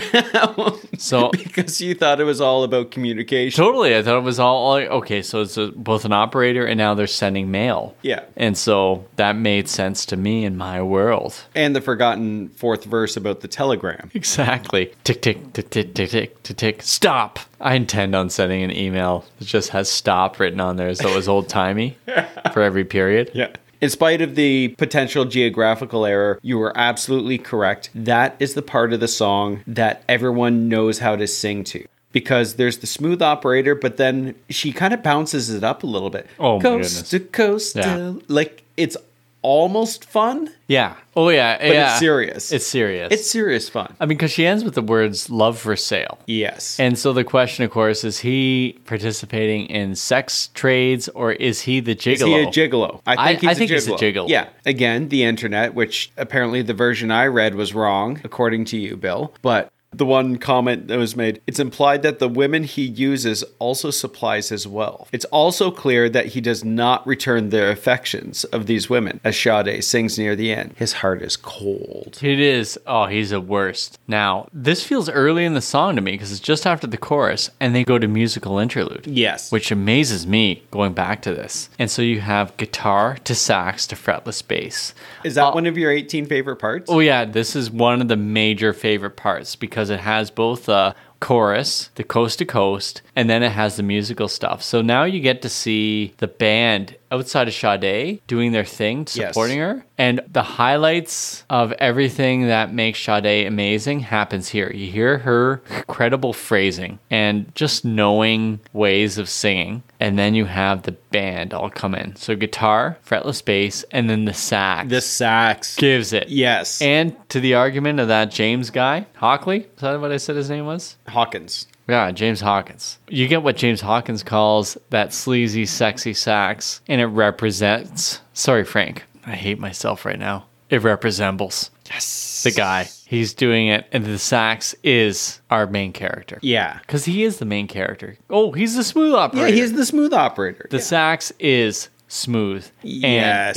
S1: So
S2: Because you thought it was all about communication.
S1: Totally. I thought it was all like, okay, so it's a, both an operator and now they're sending mail.
S2: Yeah.
S1: And so that made sense to me in my world. *laughs*
S2: And the forgotten fourth verse about the telegram.
S1: Exactly. Tick, tick, tick, tick, tick, tick, tick, tick. Stop. I intend on sending an email that just has stop written on there so it was old timey
S2: *laughs*
S1: for every period.
S2: Yeah. In spite of the potential geographical error, you were absolutely correct. That is the part of the song that everyone knows how to sing to. Because there's the smooth operator, but then she kind of bounces it up a little bit.
S1: Oh, my goodness.
S2: coast to coast,
S1: Yeah.
S2: to- like it's almost fun.
S1: Yeah. Oh, yeah.
S2: it's
S1: yeah.
S2: serious.
S1: It's serious.
S2: It's serious fun.
S1: I mean, because she ends with the words love for sale.
S2: Yes,
S1: And so the question, of course, is he participating in sex trades or is he the gigolo?
S2: Is he a gigolo?
S1: I- I think
S2: gigolo.
S1: he's a gigolo.
S2: Yeah. Again, the internet, which apparently the version I read was wrong, according to you, Bill. But the one comment that was made, it's implied that the women he uses also supplies his wealth. It's also clear that he does not return their affections of these women, as Sade sings near the end. His heart is cold.
S1: It is. Oh, he's the worst. Now, this feels early in the song to me because it's just after the chorus and they go to musical interlude.
S2: Yes.
S1: Which amazes me going back to this. And so you have guitar to sax to fretless bass.
S2: Is that
S1: Uh,
S2: one of your 18 favorite parts?
S1: Oh, yeah. This is one of the major favorite parts because it has both the chorus, the coast to coast, and then it has the musical stuff. So now you get to see the band outside of Sade doing their thing,
S2: Yes.
S1: supporting her. And the highlights of everything that makes Sade amazing happens here. You hear her incredible phrasing and just knowing ways of singing. And then you have the band all come in. So guitar, fretless bass, and then the sax
S2: The sax.
S1: gives it.
S2: Yes.
S1: And to the argument of that James guy, Hockley, is that what I said his name was?
S2: Hawkins.
S1: Yeah, James Hawkins. You get what James Hawkins calls that sleazy, sexy sax, and it represents. Sorry, Frank. I hate myself right now. It resembles. Yes. The guy. He's doing it, and the sax is our main character.
S2: Yeah.
S1: Because he is the main character. Oh, he's the smooth
S2: Yeah,
S1: operator.
S2: he's the smooth operator.
S1: the sax is smooth,
S2: Yes.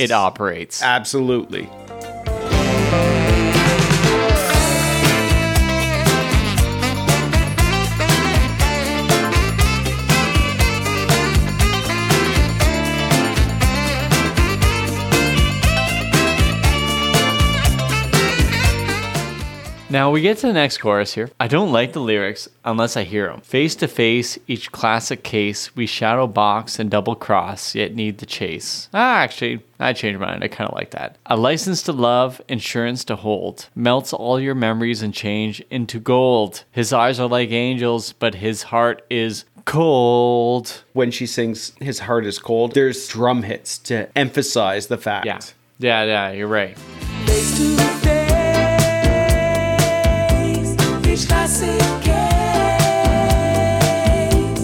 S1: and it operates.
S2: Absolutely.
S1: Now we get to the next chorus here. I don't like the lyrics unless I hear them. Face to face, each classic case, we shadow box and double cross, yet need the chase. Ah, actually, I changed my mind. I kind of like that. A license to love, insurance to hold, melts all your memories and change into gold. His eyes are like angels, but his heart is cold.
S2: when she sings his heart is cold there's drum hits to emphasize the fact
S1: Yeah. Yeah, yeah, you're right.
S5: Face to
S3: face, each classic case.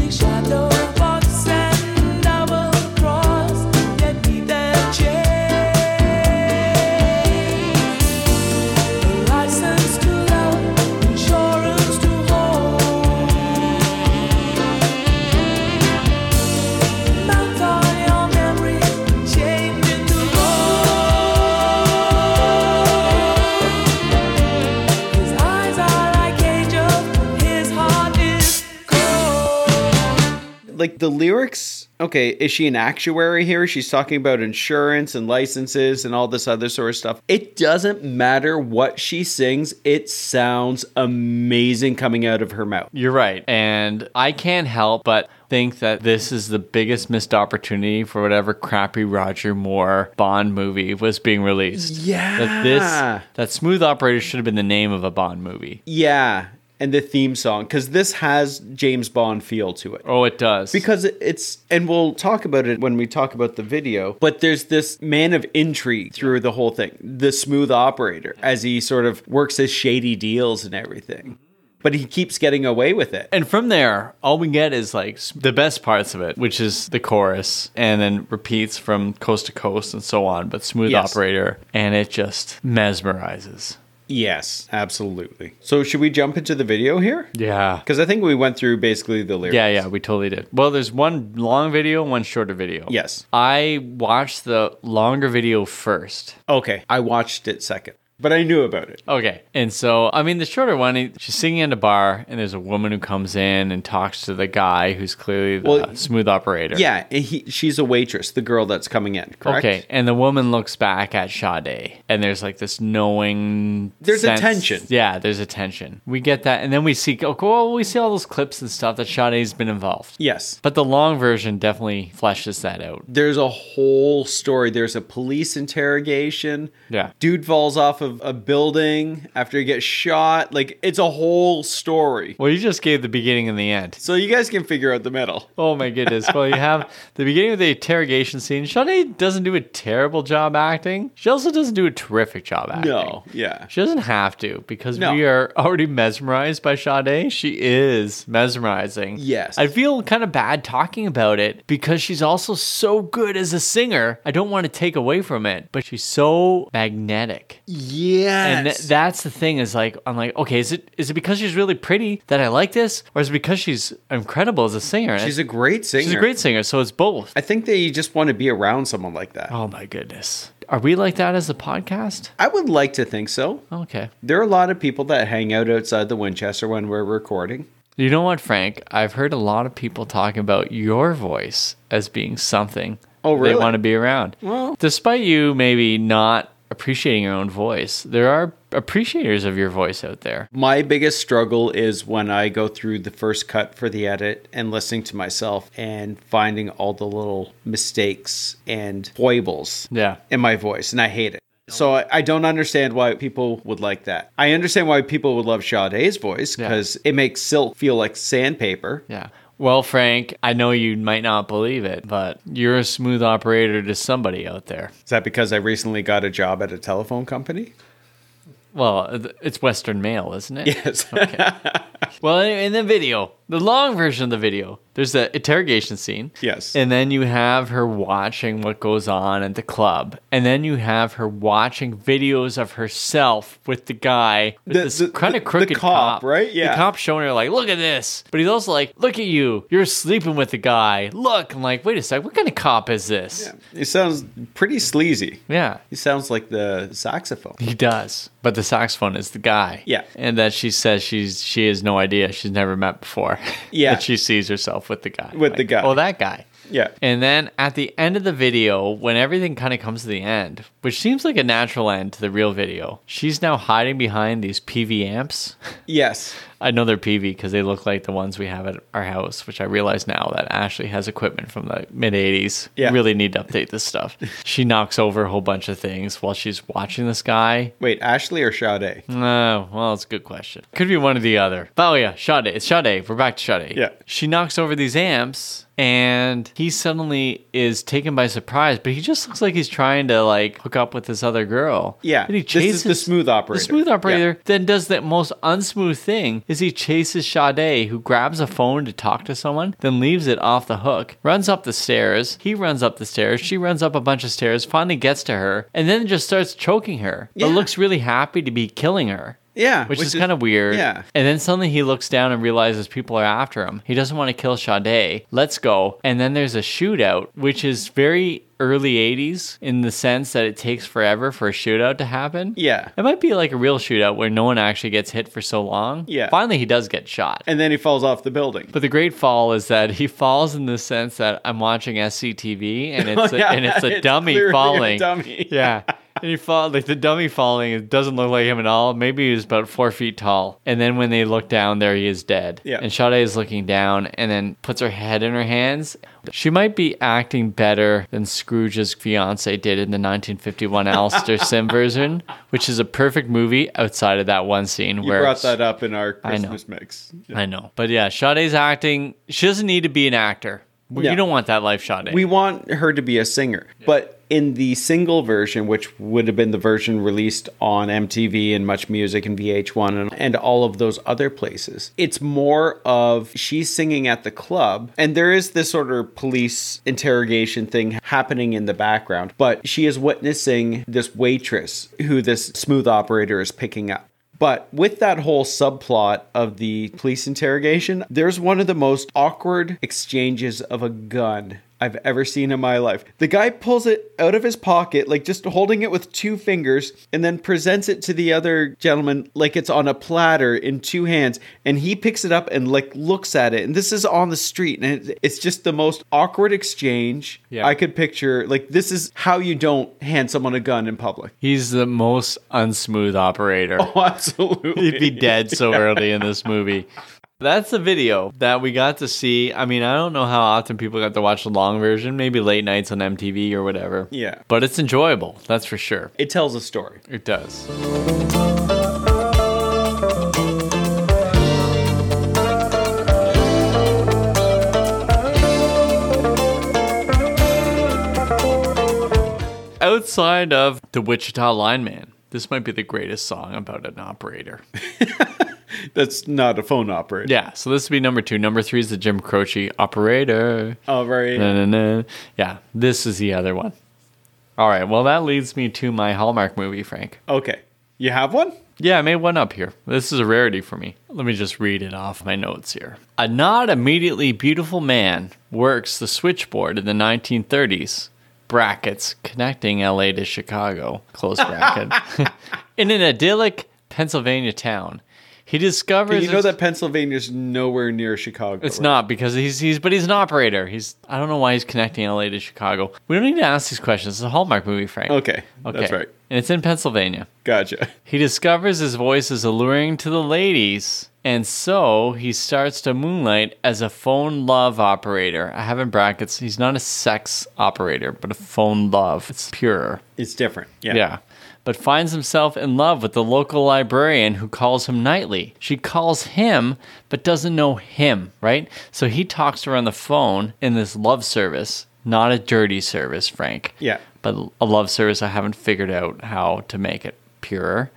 S3: We shadow box and double cross, yet be the chase.
S2: like the lyrics. Okay, is she an actuary here? She's talking about insurance and licenses and all this other sort of stuff. It doesn't matter what she sings, it sounds amazing coming out of her mouth.
S1: You're right. And I can't help but think that this is the biggest missed opportunity for whatever crappy Roger Moore Bond movie was being released.
S2: Yeah.
S1: That this that Smooth Operator should have been the name of a Bond movie.
S2: Yeah, and the theme song cuz this has James Bond feel to it.
S1: Oh, it does.
S2: Because it- it's, and we'll talk about it when we talk about the video, but there's this man of intrigue through the whole thing, the smooth operator, as he sort of works his shady deals and everything. But he keeps getting away with it.
S1: and from there, all we get is like s- the best parts of it, which is the chorus and then repeats from coast to coast and so on, but Smooth
S2: Yes.
S1: Operator and it just mesmerizes.
S2: Yes, absolutely. So, should we jump into the video here?
S1: Yeah.
S2: Because I think we went through basically the lyrics.
S1: Yeah, yeah, we totally did. Well, there's one long video, one shorter video.
S2: Yes.
S1: I watched the longer video first.
S2: Okay. I watched it second, but I knew about it.
S1: Okay. And so, I mean, the shorter one, he- she's singing in a bar, and there's a woman who comes in and talks to the guy who's clearly the
S2: Well,
S1: smooth operator.
S2: Yeah, and he, she's a waitress, the girl that's coming in, correct?
S1: Okay. And the woman looks back at Sade, and there's like this knowing.
S2: There's a tension.
S1: Yeah, there's a tension. We get that. And then we see, oh, well, we see all those clips and stuff that Sade's been involved.
S2: Yes.
S1: But the long version definitely fleshes that out.
S2: there's a whole story. There's a police interrogation.
S1: Yeah.
S2: Dude falls off of a building after he gets shot. Like, it's a whole story.
S1: Well, you just gave the beginning and the end.
S2: So you guys can figure out the middle.
S1: Oh my goodness. Well, you have the beginning of the interrogation scene. Sade doesn't do a terrible job acting. She also doesn't do a terrific job acting.
S2: No. Yeah.
S1: She doesn't have to because
S2: No.
S1: we are already mesmerized by Sade. She is mesmerizing.
S2: Yes.
S1: I feel kind of bad talking about it because she's also so good as a singer. I don't want to take away from it, but she's so magnetic.
S2: Yes.
S1: And th- that's the thing is like I'm like okay is it is it because she's really pretty that I like this or is it because she's incredible as a singer? And
S2: she's a great singer.
S1: She's a great singer, so it's both.
S2: I think that you just want to be around someone like that.
S1: Oh my goodness. Are we like that as a podcast?
S2: I would like to think so.
S1: Okay.
S2: There are a lot of people that hang out outside the Winchester when we're recording.
S1: You know what, Frank? I've heard a lot of people talk about your voice as being something
S2: Oh,
S1: they
S2: really?
S1: want to be around.
S2: Well-
S1: despite you maybe not appreciating your own voice, there are appreciators of your voice out there.
S2: My biggest struggle is when I go through the first cut for the edit and listening to myself and finding all the little mistakes and foibles
S1: Yeah.
S2: in my voice, and I hate it. So I, I don't understand why people would like that. I understand why people would love Sade's voice
S1: Yeah.
S2: because it makes silk feel like sandpaper.
S1: Yeah. Well, Frank, I know you might not believe it, but you're a smooth operator to somebody out there.
S2: Is that because I recently got a job at a telephone company?
S1: Well, th- it's Western Mail, isn't it?
S2: Yes.
S1: *laughs* Well, anyway, in the video, the long version of the video, there's the interrogation scene.
S2: Yes.
S1: And then you have her watching what goes on at the club. And then you have her watching videos of herself with the guy, with
S2: The-
S1: this
S2: the-
S1: kind
S2: the-
S1: of
S2: the
S1: crooked
S2: cop, right? Yeah.
S1: The cop showing her, like, look at this. But he's also like, look at you. You're sleeping with the guy. Look. I'm like, wait a sec. What kind of cop is this?
S2: *laughs* it sounds pretty sleazy.
S1: yeah.
S2: He sounds like the saxophone.
S1: He does, but the saxophone is the guy.
S2: Yeah.
S1: and that she says she's she has no idea she's never met before. *laughs*
S2: Yeah.
S1: that she sees herself with the guy.
S2: With the guy.
S1: Oh, that guy.
S2: Yeah.
S1: And then at the end of the video, when everything kind of comes to the end, which seems like a natural end to the real video, she's now hiding behind these PV amps.
S2: Yes.
S1: I know they're PV because they look like the ones we have at our house, which I realize now that Ashley has equipment from the mid 80s.
S2: Yeah.
S1: Really need to update this
S2: *laughs*
S1: stuff. she knocks over a whole bunch of things while she's watching this guy.
S2: Wait, Ashley or Sade?
S1: No, well, it's a good question. Could be one or the other. But oh yeah, Sade. It's Sade. We're back to Sade.
S2: Yeah.
S1: She knocks over these amps, and he suddenly is taken by surprise. But he just looks like he's trying to like hook up with this other girl.
S2: Yeah,
S1: And he
S2: this is
S1: chases
S2: the smooth operator.
S1: The smooth
S2: Yeah.
S1: operator then does that most unsmooth thing: is he chases Sade, who grabs a phone to talk to someone, then leaves it off the hook, runs up the stairs. He runs up the stairs. She runs up a bunch of stairs. Finally gets to her, and then just starts choking her. But
S2: Yeah.
S1: looks really happy to be killing her.
S2: Yeah,
S1: which, is, kind of weird.
S2: Yeah,
S1: And then suddenly he looks down and realizes people are after him. He doesn't want to kill Sade. Let's go. And then there's a shootout, which is very early 80s in the sense that it takes forever for a shootout to happen.
S2: yeah.
S1: It might be like a real shootout where no one actually gets hit for so long.
S2: Yeah.
S1: Finally, he does get shot.
S2: And then he falls off the building.
S1: But the great fall is that he falls in the sense that I'm watching SCTV
S2: *laughs*
S1: and it's a,
S2: Oh, yeah,
S1: and it's a
S2: it's
S1: dummy
S2: clearly a
S1: falling. *laughs*
S2: dummy.
S1: Yeah. And he fall like the dummy falling. It doesn't look like him at all. Maybe he's about four feet tall. And then when they look down, there he is dead.
S2: Yeah.
S1: And Sade is looking down and then puts her head in her hands. She might be acting better than Scrooge's fiance did in the
S2: *laughs*
S1: 1951 Alistair Sim version, which is a perfect movie outside of that one scene
S2: you
S1: where
S2: brought that up in our
S1: I know.
S2: Christmas mix.
S1: I know. But yeah, Sade's acting. She doesn't need to be an actor. We-
S2: Yeah.
S1: You don't want that life, Sade.
S2: We want her to be a singer. But in the single version, which would have been the version released on MTV and Much Music and VH1 and, and all of those other places, it's more of she's singing at the club. And there is this sort of police interrogation thing happening in the background. But she is witnessing this waitress who this smooth operator is picking up. But with that whole subplot of the police interrogation, there's one of the most awkward exchanges of a gun I've ever seen in my life. The guy pulls it out of his pocket, like just holding it with two fingers, and then presents it to the other gentleman like it's on a platter in two hands. And he picks it up and like looks at it. And this is on the street, and it- it's just the most awkward exchange
S1: Yeah.
S2: I could picture. Like this is how you don't hand someone a gun in public. *laughs*
S1: He's the most unsmooth operator.
S2: Oh, absolutely.
S1: He'd
S2: *laughs*
S1: be dead so early in this movie. That's the video that we got to see. I mean, I don't know how often people got to watch the long version, maybe late nights on MTV or whatever.
S2: Yeah.
S1: But it's enjoyable, that's for sure.
S2: It tells a story.
S1: It does. Outside of the Wichita Lineman, this might be the greatest song about an operator.
S2: That's not a phone operator.
S1: Yeah, so this would be number two. Number three is the Jim Croce operator.
S2: Oh, right.
S1: Na-na-na. Yeah, this is the other one. All right, well, that leads me to my Hallmark movie, Frank.
S2: Okay. You have one?
S1: Yeah, I made one up here. This is a rarity for me. Let me just read it off my notes here. A not immediately beautiful man works the switchboard in the 1930s, brackets, connecting LA to Chicago, close
S2: *laughs*
S1: bracket, in an idyllic Pennsylvania town. He discovers
S2: You know
S1: it's-
S2: that Pennsylvania's nowhere near Chicago.
S1: it's
S2: right?
S1: not because he's he's but he's an operator. He's I don't know why he's connecting LA to Chicago. We don't need to ask these questions. It's a Hallmark movie, Frank.
S2: Okay. That's right.
S1: And it's in Pennsylvania.
S2: Gotcha.
S1: He discovers his voice is alluring to the ladies, and so he starts to moonlight as a phone love operator. I have in brackets, he's not a sex operator, but a phone love. It's purer.
S2: It's different. Yeah.
S1: Yeah. But finds himself in love with the local librarian who calls him nightly. She calls him, but doesn't know him, right? So he talks to her on the phone in this love service, not a dirty service, Frank.
S2: Yeah.
S1: But a love service I haven't figured out how to make it purer.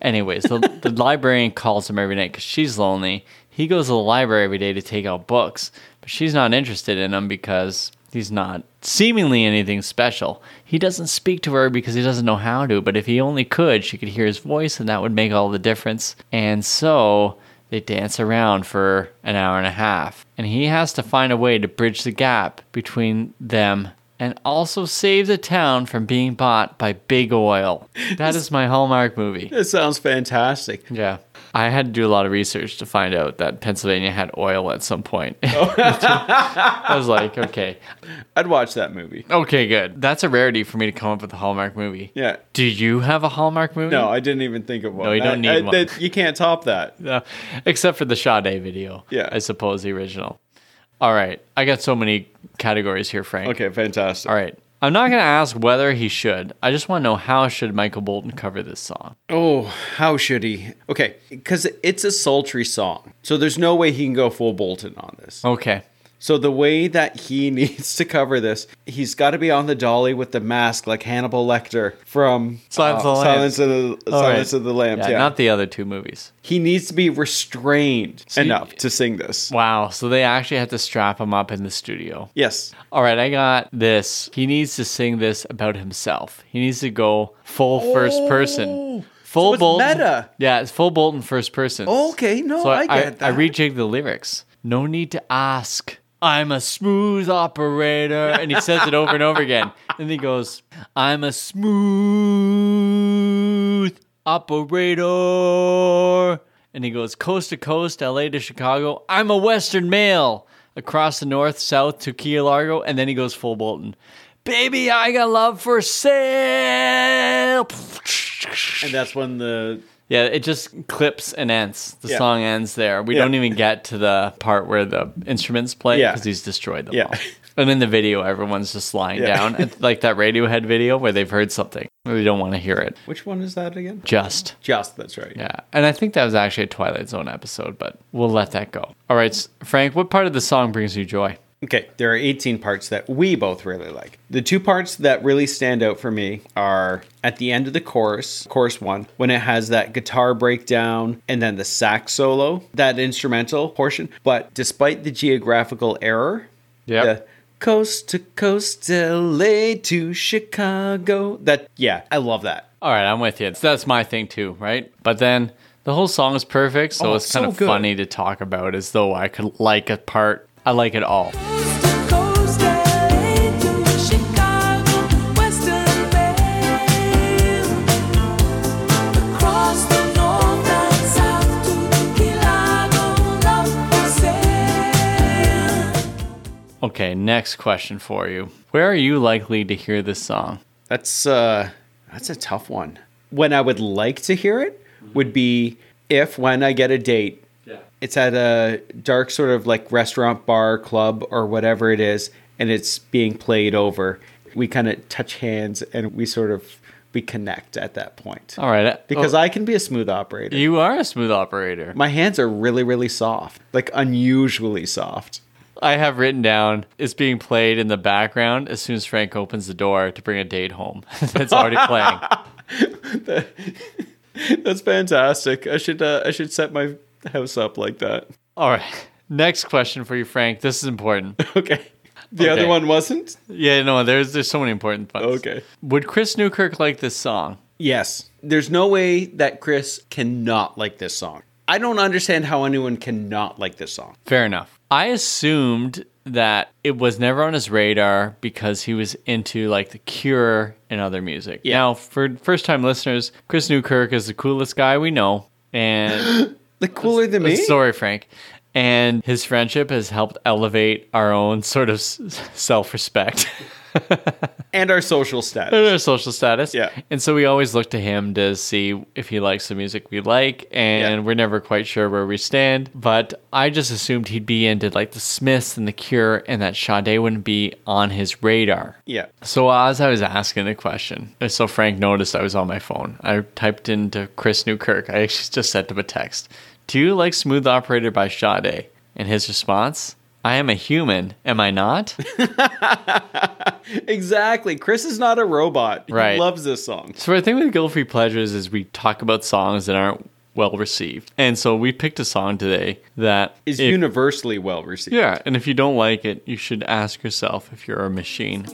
S1: Anyways, the, the librarian calls him every night because she's lonely. He goes to the library every day to take out books, but she's not interested in him because he's not seemingly anything special. He doesn't speak to her because he doesn't know how to, but if he only could, she could hear his voice and that would make all the difference. And so they dance around for an hour and a half. And he has to find a way to bridge the gap between them and also save the town from being bought by big oil. That is my Hallmark movie.
S2: That sounds fantastic.
S1: Yeah. I had to do a lot of research to find out that Pennsylvania had oil at some point. *laughs* I was like, okay.
S2: I'd watch that movie.
S1: Okay, good. That's a rarity for me to come up with a Hallmark movie.
S2: Yeah.
S1: Do you have a Hallmark movie?
S2: No, I didn't even think of one.
S1: No, you don't
S2: I-
S1: need
S2: I-
S1: one.
S2: that- you can't top that.
S1: Uh, except for the Sade video.
S2: Yeah.
S1: I suppose the original. All right. I got so many categories here, Frank.
S2: Okay, fantastic.
S1: All right. I'm not going to ask whether he should. I just want to know how should Michael Bolton cover this song?
S2: Oh, how should he? Okay, because it's a sultry song. So there's no way he can go full Bolton on this.
S1: Okay.
S2: So the way that he *laughs* needs to cover this, he's got to be on the dolly with the mask like Hannibal Lecter from uh,
S1: Silence of the Lambs.
S2: Silence of the,
S1: All right.
S2: Silence of the Lambs. Yeah,
S1: Not the other two movies.
S2: he needs to be restrained
S1: you-
S2: enough to sing this.
S1: Wow. So they actually had to strap him up in the studio.
S2: Yes.
S1: All right, I got this. He needs to sing this about himself. He needs to go full first person. full
S2: Oh. it's
S1: Bolton.
S2: meta.
S1: Yeah, it's full Bolton first person.
S2: Okay, no, I get
S1: I,
S2: that.
S1: I rejig the lyrics. No need to ask. I'm a smooth operator, and he says it over and over again. And he goes, "I'm a smooth operator." And he goes coast to coast, L.A. to Chicago. I'm a Western male across the north, south to Key Largo, and then he goes full Bolton. Baby, I got love for sale.
S2: And that's when the
S1: Yeah, it just clips and ends. The
S2: Yeah.
S1: song ends there. We
S2: Yeah.
S1: don't even get to the part where the instruments play
S2: Yeah.
S1: because he's destroyed them
S2: Yeah.
S1: all. And in the video, everyone's just lying
S2: Yeah.
S1: down, It's like that Radiohead video where they've heard something. They don't want to hear it.
S2: which one is that again?
S1: Just.
S2: Just that's right.
S1: Yeah. And I think that was actually a Twilight Zone episode, but we'll let that go. All right, s- Frank, what part of the song brings you joy?
S2: Okay, there are 18 parts that we both really like. The two parts that really stand out for me are at the end of the chorus, chorus one, when it has that guitar breakdown and then the sax solo, that instrumental portion. But despite the geographical error,
S1: Yep.
S2: the coast to coast, LA to Chicago, that, yeah, I love that.
S1: All right, I'm with you. So that's my thing too, right? But then the whole song is perfect, so
S2: Oh,
S1: it's kind
S2: so
S1: of
S2: good.
S1: funny to talk about as though I could like a part. I like it all. Okay, next question for you. Where are you likely to hear this song?
S2: That's uh that's a tough one. When I would like to hear it would be if when I get a date. Yeah. It's at a dark sort of like restaurant, bar, club or whatever it is and it's being played over. We kind of touch hands and we sort of we connect at that point.
S1: All right.
S2: Because
S1: oh,
S2: I can be a smooth operator.
S1: you are a smooth operator.
S2: My hands are really really soft, like unusually soft.
S1: I have written down it's being played in the background as soon as Frank opens the door to bring a date home. *laughs* That's already playing.
S2: That's fantastic. I should uh, I should set my house up like that.
S1: *laughs*
S2: *laughs*
S1: All right. Next question for you, Frank. This is *laughs* important.
S2: Okay. The
S1: Okay.
S2: other one wasn't?
S1: Yeah, no, there's there's so many important ones.
S2: Okay.
S1: Would Chris Newkirk like this song?
S2: Yes. There's no way that Chris cannot like this song. I don't understand how anyone cannot like this song.
S1: Fair enough. I assumed that it was never on his radar because he was into like The Cure and other music.
S2: Yeah.
S1: Now, for first time listeners, Chris Newkirk is the coolest guy we know.
S2: *laughs*
S1: And
S2: The cooler than me.
S1: sorry, Frank. And his friendship has helped elevate our own sort of self respect *laughs*
S2: And our social
S1: and
S2: status.
S1: our social status.
S2: Yeah.
S1: And so we always look to him to see if he likes the music we like. And
S2: Yeah.
S1: we're never quite sure where we stand. But I just assumed he'd be into like the Smiths and the Cure and that Sade wouldn't be on his radar.
S2: Yeah.
S1: So as I was asking the question, so Frank noticed I was on my phone. I typed into Chris Newkirk. I actually just sent him a text. Do you like Smooth Operator by Sade? And his response, I am a human, am I not?
S2: Exactly. Chris is not a robot.
S1: Right.
S2: He loves this song.
S1: So our thing with guilt free pleasures is we talk about songs that aren't well received, and so we picked a song today that
S2: Is
S1: if-
S2: universally well received.
S1: Yeah, and if you don't like it, you should ask yourself if you're a machine.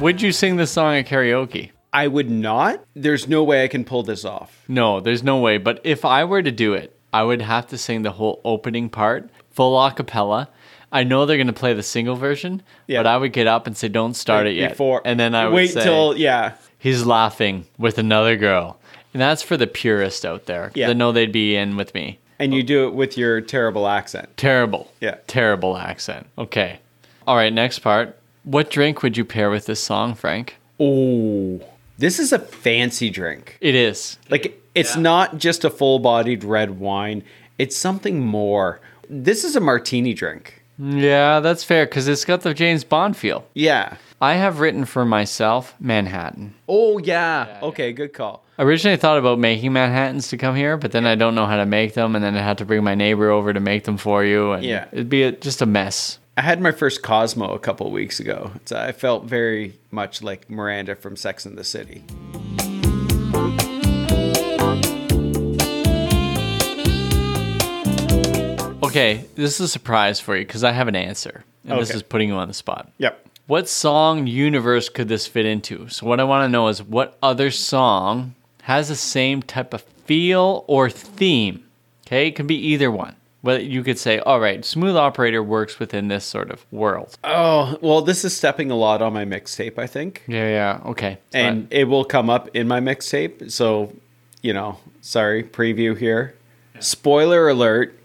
S1: Would you sing this song at karaoke?
S2: I would not. There's no way I can pull this off.
S1: No, there's no way. But if I were to do it, I would have to sing the whole opening part full a cappella. I know they're going to play the single version,
S2: Yeah.
S1: but I would get up and say, "Don't start it yet,"
S2: Before
S1: and then I would
S2: wait
S1: say,
S2: till yeah.
S1: he's laughing with another girl. And that's for the purists out there
S2: Yeah.
S1: that know they'd be in with me.
S2: And you do it with your terrible accent.
S1: Terrible.
S2: Yeah.
S1: Terrible accent. Okay. All right, next part. What drink would you pair with this song, Frank?
S2: Oh. This is a fancy drink.
S1: It is.
S2: Like it's not just a full-bodied red wine. It's something more. This is a martini drink.
S1: Yeah, that's fair because it's got the James Bond feel.
S2: Yeah.
S1: I have written for myself Manhattan.
S2: Oh yeah. okay, good call.
S1: Originally, I thought about making Manhattans to come here, but then I don't know how to make them, and then I had to bring my neighbor over to make them for you, and
S2: Yeah.
S1: it'd be a, just a mess.
S2: I had my first Cosmo a couple weeks ago. So I felt very much like Miranda from Sex and the City.
S1: Okay, this is a surprise for you because I have an answer, and this
S2: Okay.
S1: is putting you on the spot.
S2: Yep.
S1: What song universe could this fit into? So what I want to know is what other song has the same type of feel or theme? Okay, it can be either one. But you could say, all right, Smooth Operator works within this sort of world.
S2: Oh, well, this is stepping a lot on my mixtape, I think.
S1: Yeah, yeah, okay. So
S2: And it will come up in my mixtape. So, you know, sorry, preview here. Spoiler alert *laughs*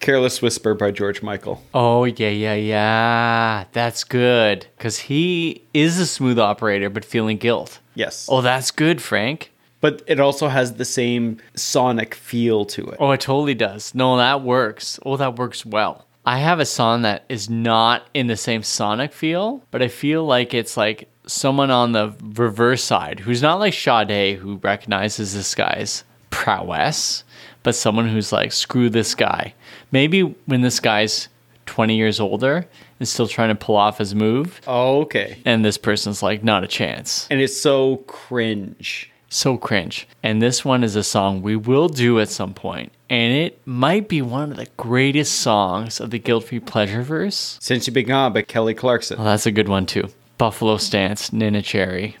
S2: Careless Whisper by George Michael.
S1: Oh yeah, yeah, yeah. That's good because he is a smooth operator, but feeling guilt.
S2: Yes.
S1: Oh, that's good, Frank.
S2: But it also has the same sonic feel to it.
S1: Oh, it totally does. No, that works. Oh, that works well. I have a song that is not in the same sonic feel, but I feel like it's like someone on the reverse side who's not like Sade, who recognizes this guy's prowess, but someone who's like, screw this guy. Maybe when this guy's 20 years older and still trying to pull off his move,
S2: Oh, okay.
S1: and this person's like, not a chance.
S2: And it's so cringe.
S1: So cringe. And this one is a song we will do at some point, and it might be one of the greatest songs of the Guilt Free Pleasure verse.
S2: Since You've Been Gone by Kelly
S1: Oh,
S2: Clarkson.
S1: that's a good one too. Buffalo Stance, Nina Cherry.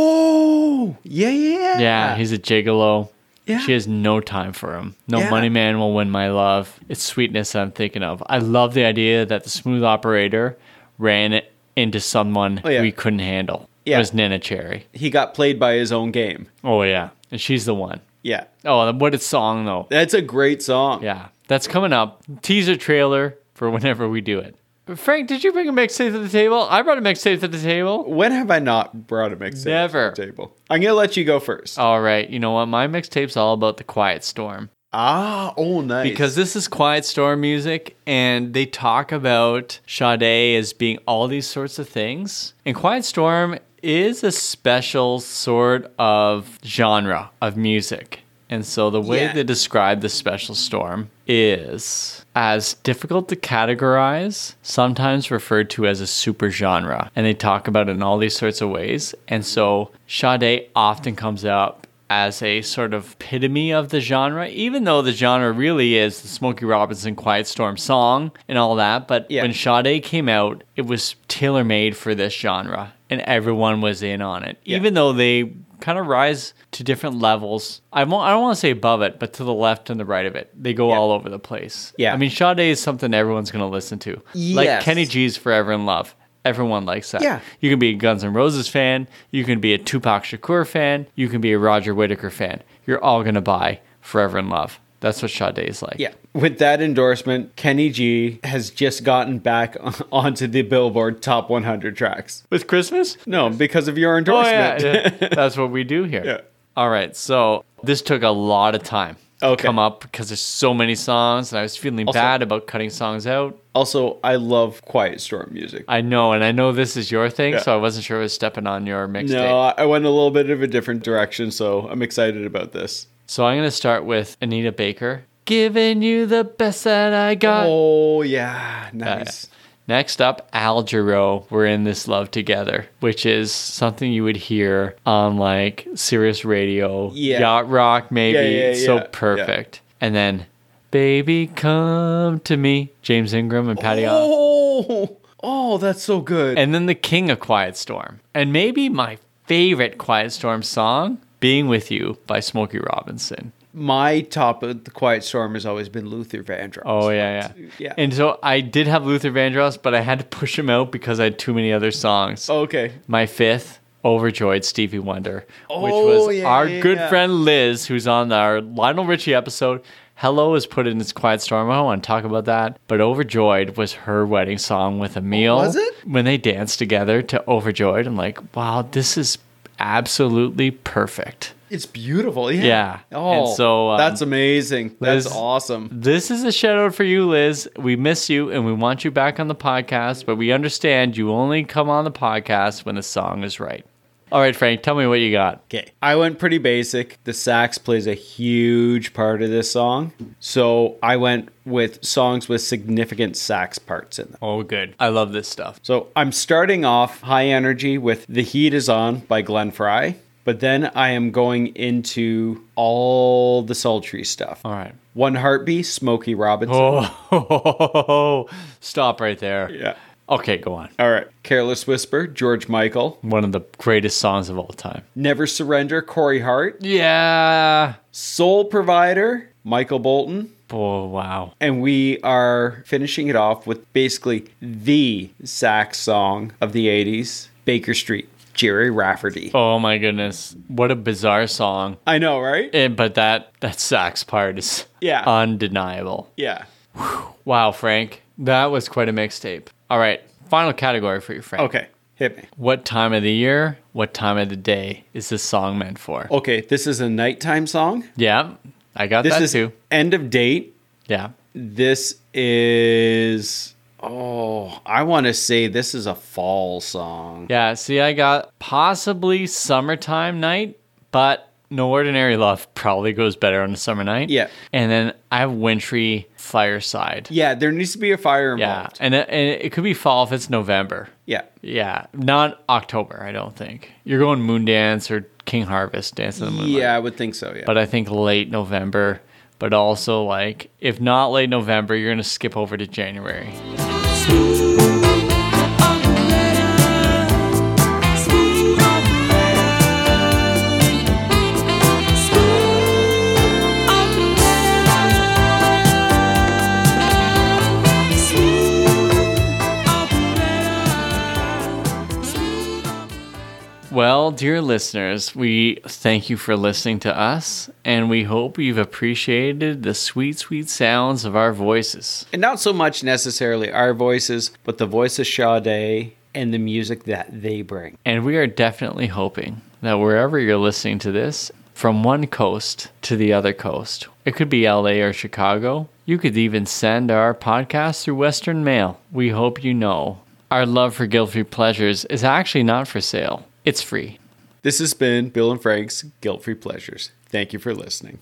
S2: Oh, yeah, yeah.
S1: Yeah, he's a gigolo.
S2: Yeah.
S1: She has no time for him. No
S2: Yeah.
S1: money man will win my love. It's sweetness I'm thinking of. I love the idea that the smooth operator ran it into someone
S2: Oh, yeah.
S1: we couldn't handle. It
S2: Yeah.
S1: was Nina Cherry.
S2: he got played by his own game.
S1: Oh yeah. And she's the one.
S2: Yeah.
S1: Oh, what a song though.
S2: That's a great song.
S1: Yeah, that's coming up. Teaser trailer for whenever we do it. Frank, did you bring a mixtape to the table? I brought a mixtape to the table.
S2: When have I not brought a mixtape
S1: Never. Oh.
S2: to the table? I'm gonna let you go first.
S1: All right, you know what? My mixtape's all about the Quiet Storm
S2: ah, oh nice.
S1: because this is Quiet Storm music, and they talk about Sade as being all these sorts of things. And Quiet Storm is a special sort of genre of music. And so the way
S2: Yeah.
S1: they describe the special storm is as difficult to categorize, sometimes referred to as a supergenre. And they talk about it in all these sorts of ways. And so Sade often comes up as a sort of epitome of the genre, even though the genre really is the Smokey Robinson Quiet Storm song and all that. But
S2: Yeah.
S1: when Sade came out, it was tailor made for this genre and everyone was in on it,
S2: Yeah.
S1: even though they kind of rise to different levels. I, won't, I don't want to say above it, but to the left and the right of it. They go all over the place.
S2: Yeah.
S1: I mean, Sade is something everyone's going to listen to. Like
S2: Yes.
S1: Kenny G's Forever in Love. Everyone likes that.
S2: Yeah.
S1: You can be a Guns N' Roses fan. You can be a Tupac Shakur fan. You can be a Roger Whittaker fan. You're all going to buy Forever in Love. That's what Sade is like.
S2: yeah, with that endorsement, Kenny G has just gotten back *laughs* onto the Billboard Top 100 tracks.
S1: With Christmas?
S2: No, because of your
S1: Oh,
S2: endorsement.
S1: yeah. yeah. That's what we do here.
S2: *laughs* Yeah.
S1: All right. So this took a lot of time
S2: Okay.
S1: to come up because there's so many songs, and I was feeling
S2: Also-
S1: bad about cutting songs out.
S2: Also, I love Quiet Storm music.
S1: I know, and I know this is your thing,
S2: Yeah.
S1: so I wasn't sure it was stepping on your mixtape.
S2: no, I went a little bit of a different direction, so I'm excited about this.
S1: So I'm going to start with Anita Baker. Giving you the best that I got.
S2: Oh yeah, nice.
S1: Next up, Al Jarreau, We're in This Love Together, which is something you would hear on like Sirius Radio,
S2: Yeah.
S1: Yacht Rock, maybe.
S2: Yeah, yeah, yeah,
S1: so
S2: yeah.
S1: perfect. And then, Baby Come to Me, James Ingram and Patty Austin.
S2: Oh, oh, that's so good.
S1: And then the king of Quiet Storm. And maybe my favorite Quiet Storm song, Being With You by Smokey Robinson.
S2: my top of the Quiet Storm has always been Luther Vandross.
S1: Oh yeah, yeah.
S2: yeah.
S1: And so I did have Luther Vandross, but I had to push him out because I had too many other
S2: Oh,
S1: songs.
S2: Okay.
S1: My fifth, overjoyed Stevie Wonder, which
S2: Oh,
S1: was
S2: yeah,
S1: our
S2: yeah,
S1: good
S2: yeah.
S1: friend Liz, who's on our Lionel Richie episode. Hello is put in its quiet storm. I don't want to talk about that. But Overjoyed was her wedding song with Emil.
S2: Was it?
S1: When they danced together to Overjoyed, I'm like, wow, this is absolutely perfect.
S2: It's beautiful. Yeah.
S1: Yeah.
S2: Oh,
S1: And so, um,
S2: that's amazing.
S1: Liz-
S2: that's awesome.
S1: This is a shout out for you, Liz. We miss you and we want you back on the podcast, but we understand you only come on the podcast when the song is right. All right, Frank, tell me what you got.
S2: Okay. I went pretty basic. The sax plays a huge part of this song. So I went with songs with significant sax parts in them.
S1: Oh, good. I love this stuff.
S2: So I'm starting off high energy with The Heat Is On by Glenn Fry. But then I am going into all the sultry stuff.
S1: All right.
S2: One Heartbeat, Smokey Robinson.
S1: Oh, *laughs* stop right there.
S2: Yeah.
S1: Okay, go on.
S2: All right. Careless Whisper, George Michael.
S1: One of the greatest songs of all time.
S2: Never Surrender, Corey Hart.
S1: Yeah.
S2: Soul Provider, Michael Bolton.
S1: Oh, wow.
S2: And we are finishing it off with basically the sax song of the 80s, Baker Street, Jerry Rafferty.
S1: Oh, my goodness. What a bizarre song.
S2: I know, right?
S1: Eh, but that, that sax part is
S2: Yeah.
S1: undeniable.
S2: yeah.
S1: Wow, Frank. That was quite a mixtape. All right. Final category for you, Frank.
S2: Okay, hit me.
S1: What time of the year, what time of the day is this song meant for?
S2: Okay, this is a nighttime song.
S1: Yeah. I got
S2: Oh. This
S1: that
S2: is
S1: too.
S2: end of date.
S1: Yeah.
S2: This is oh, I want to say this is a fall song.
S1: Yeah, see, I got possibly summertime night, but No Ordinary Love probably goes better on a summer night.
S2: Yeah.
S1: And then I have wintry fireside.
S2: Yeah, there needs to be a fire
S1: Yeah.
S2: involved.
S1: And, it, and it could be fall if it's November.
S2: Yeah.
S1: Yeah. Not October, I don't think. You're going moon dance or King Harvest, Dance in the
S2: Yeah,
S1: Moonlight.
S2: I would think so, yeah.
S1: But I think late November. But also, like, if not late November, you're going to skip over to January. Well, dear listeners, we thank you for listening to us, and we hope you've appreciated the sweet, sweet sounds of our voices.
S2: and not so much necessarily our voices, but the voice of Sade and the music that they bring.
S1: And we are definitely hoping that wherever you're listening to this, from one coast to the other coast, it could be LA or Chicago, you could even send our podcast through Western Mail. We hope you know our love for guilt free pleasures is actually not for sale, it's free.
S2: This has been Bill and Frank's Guilt Free Pleasures. Thank you for listening.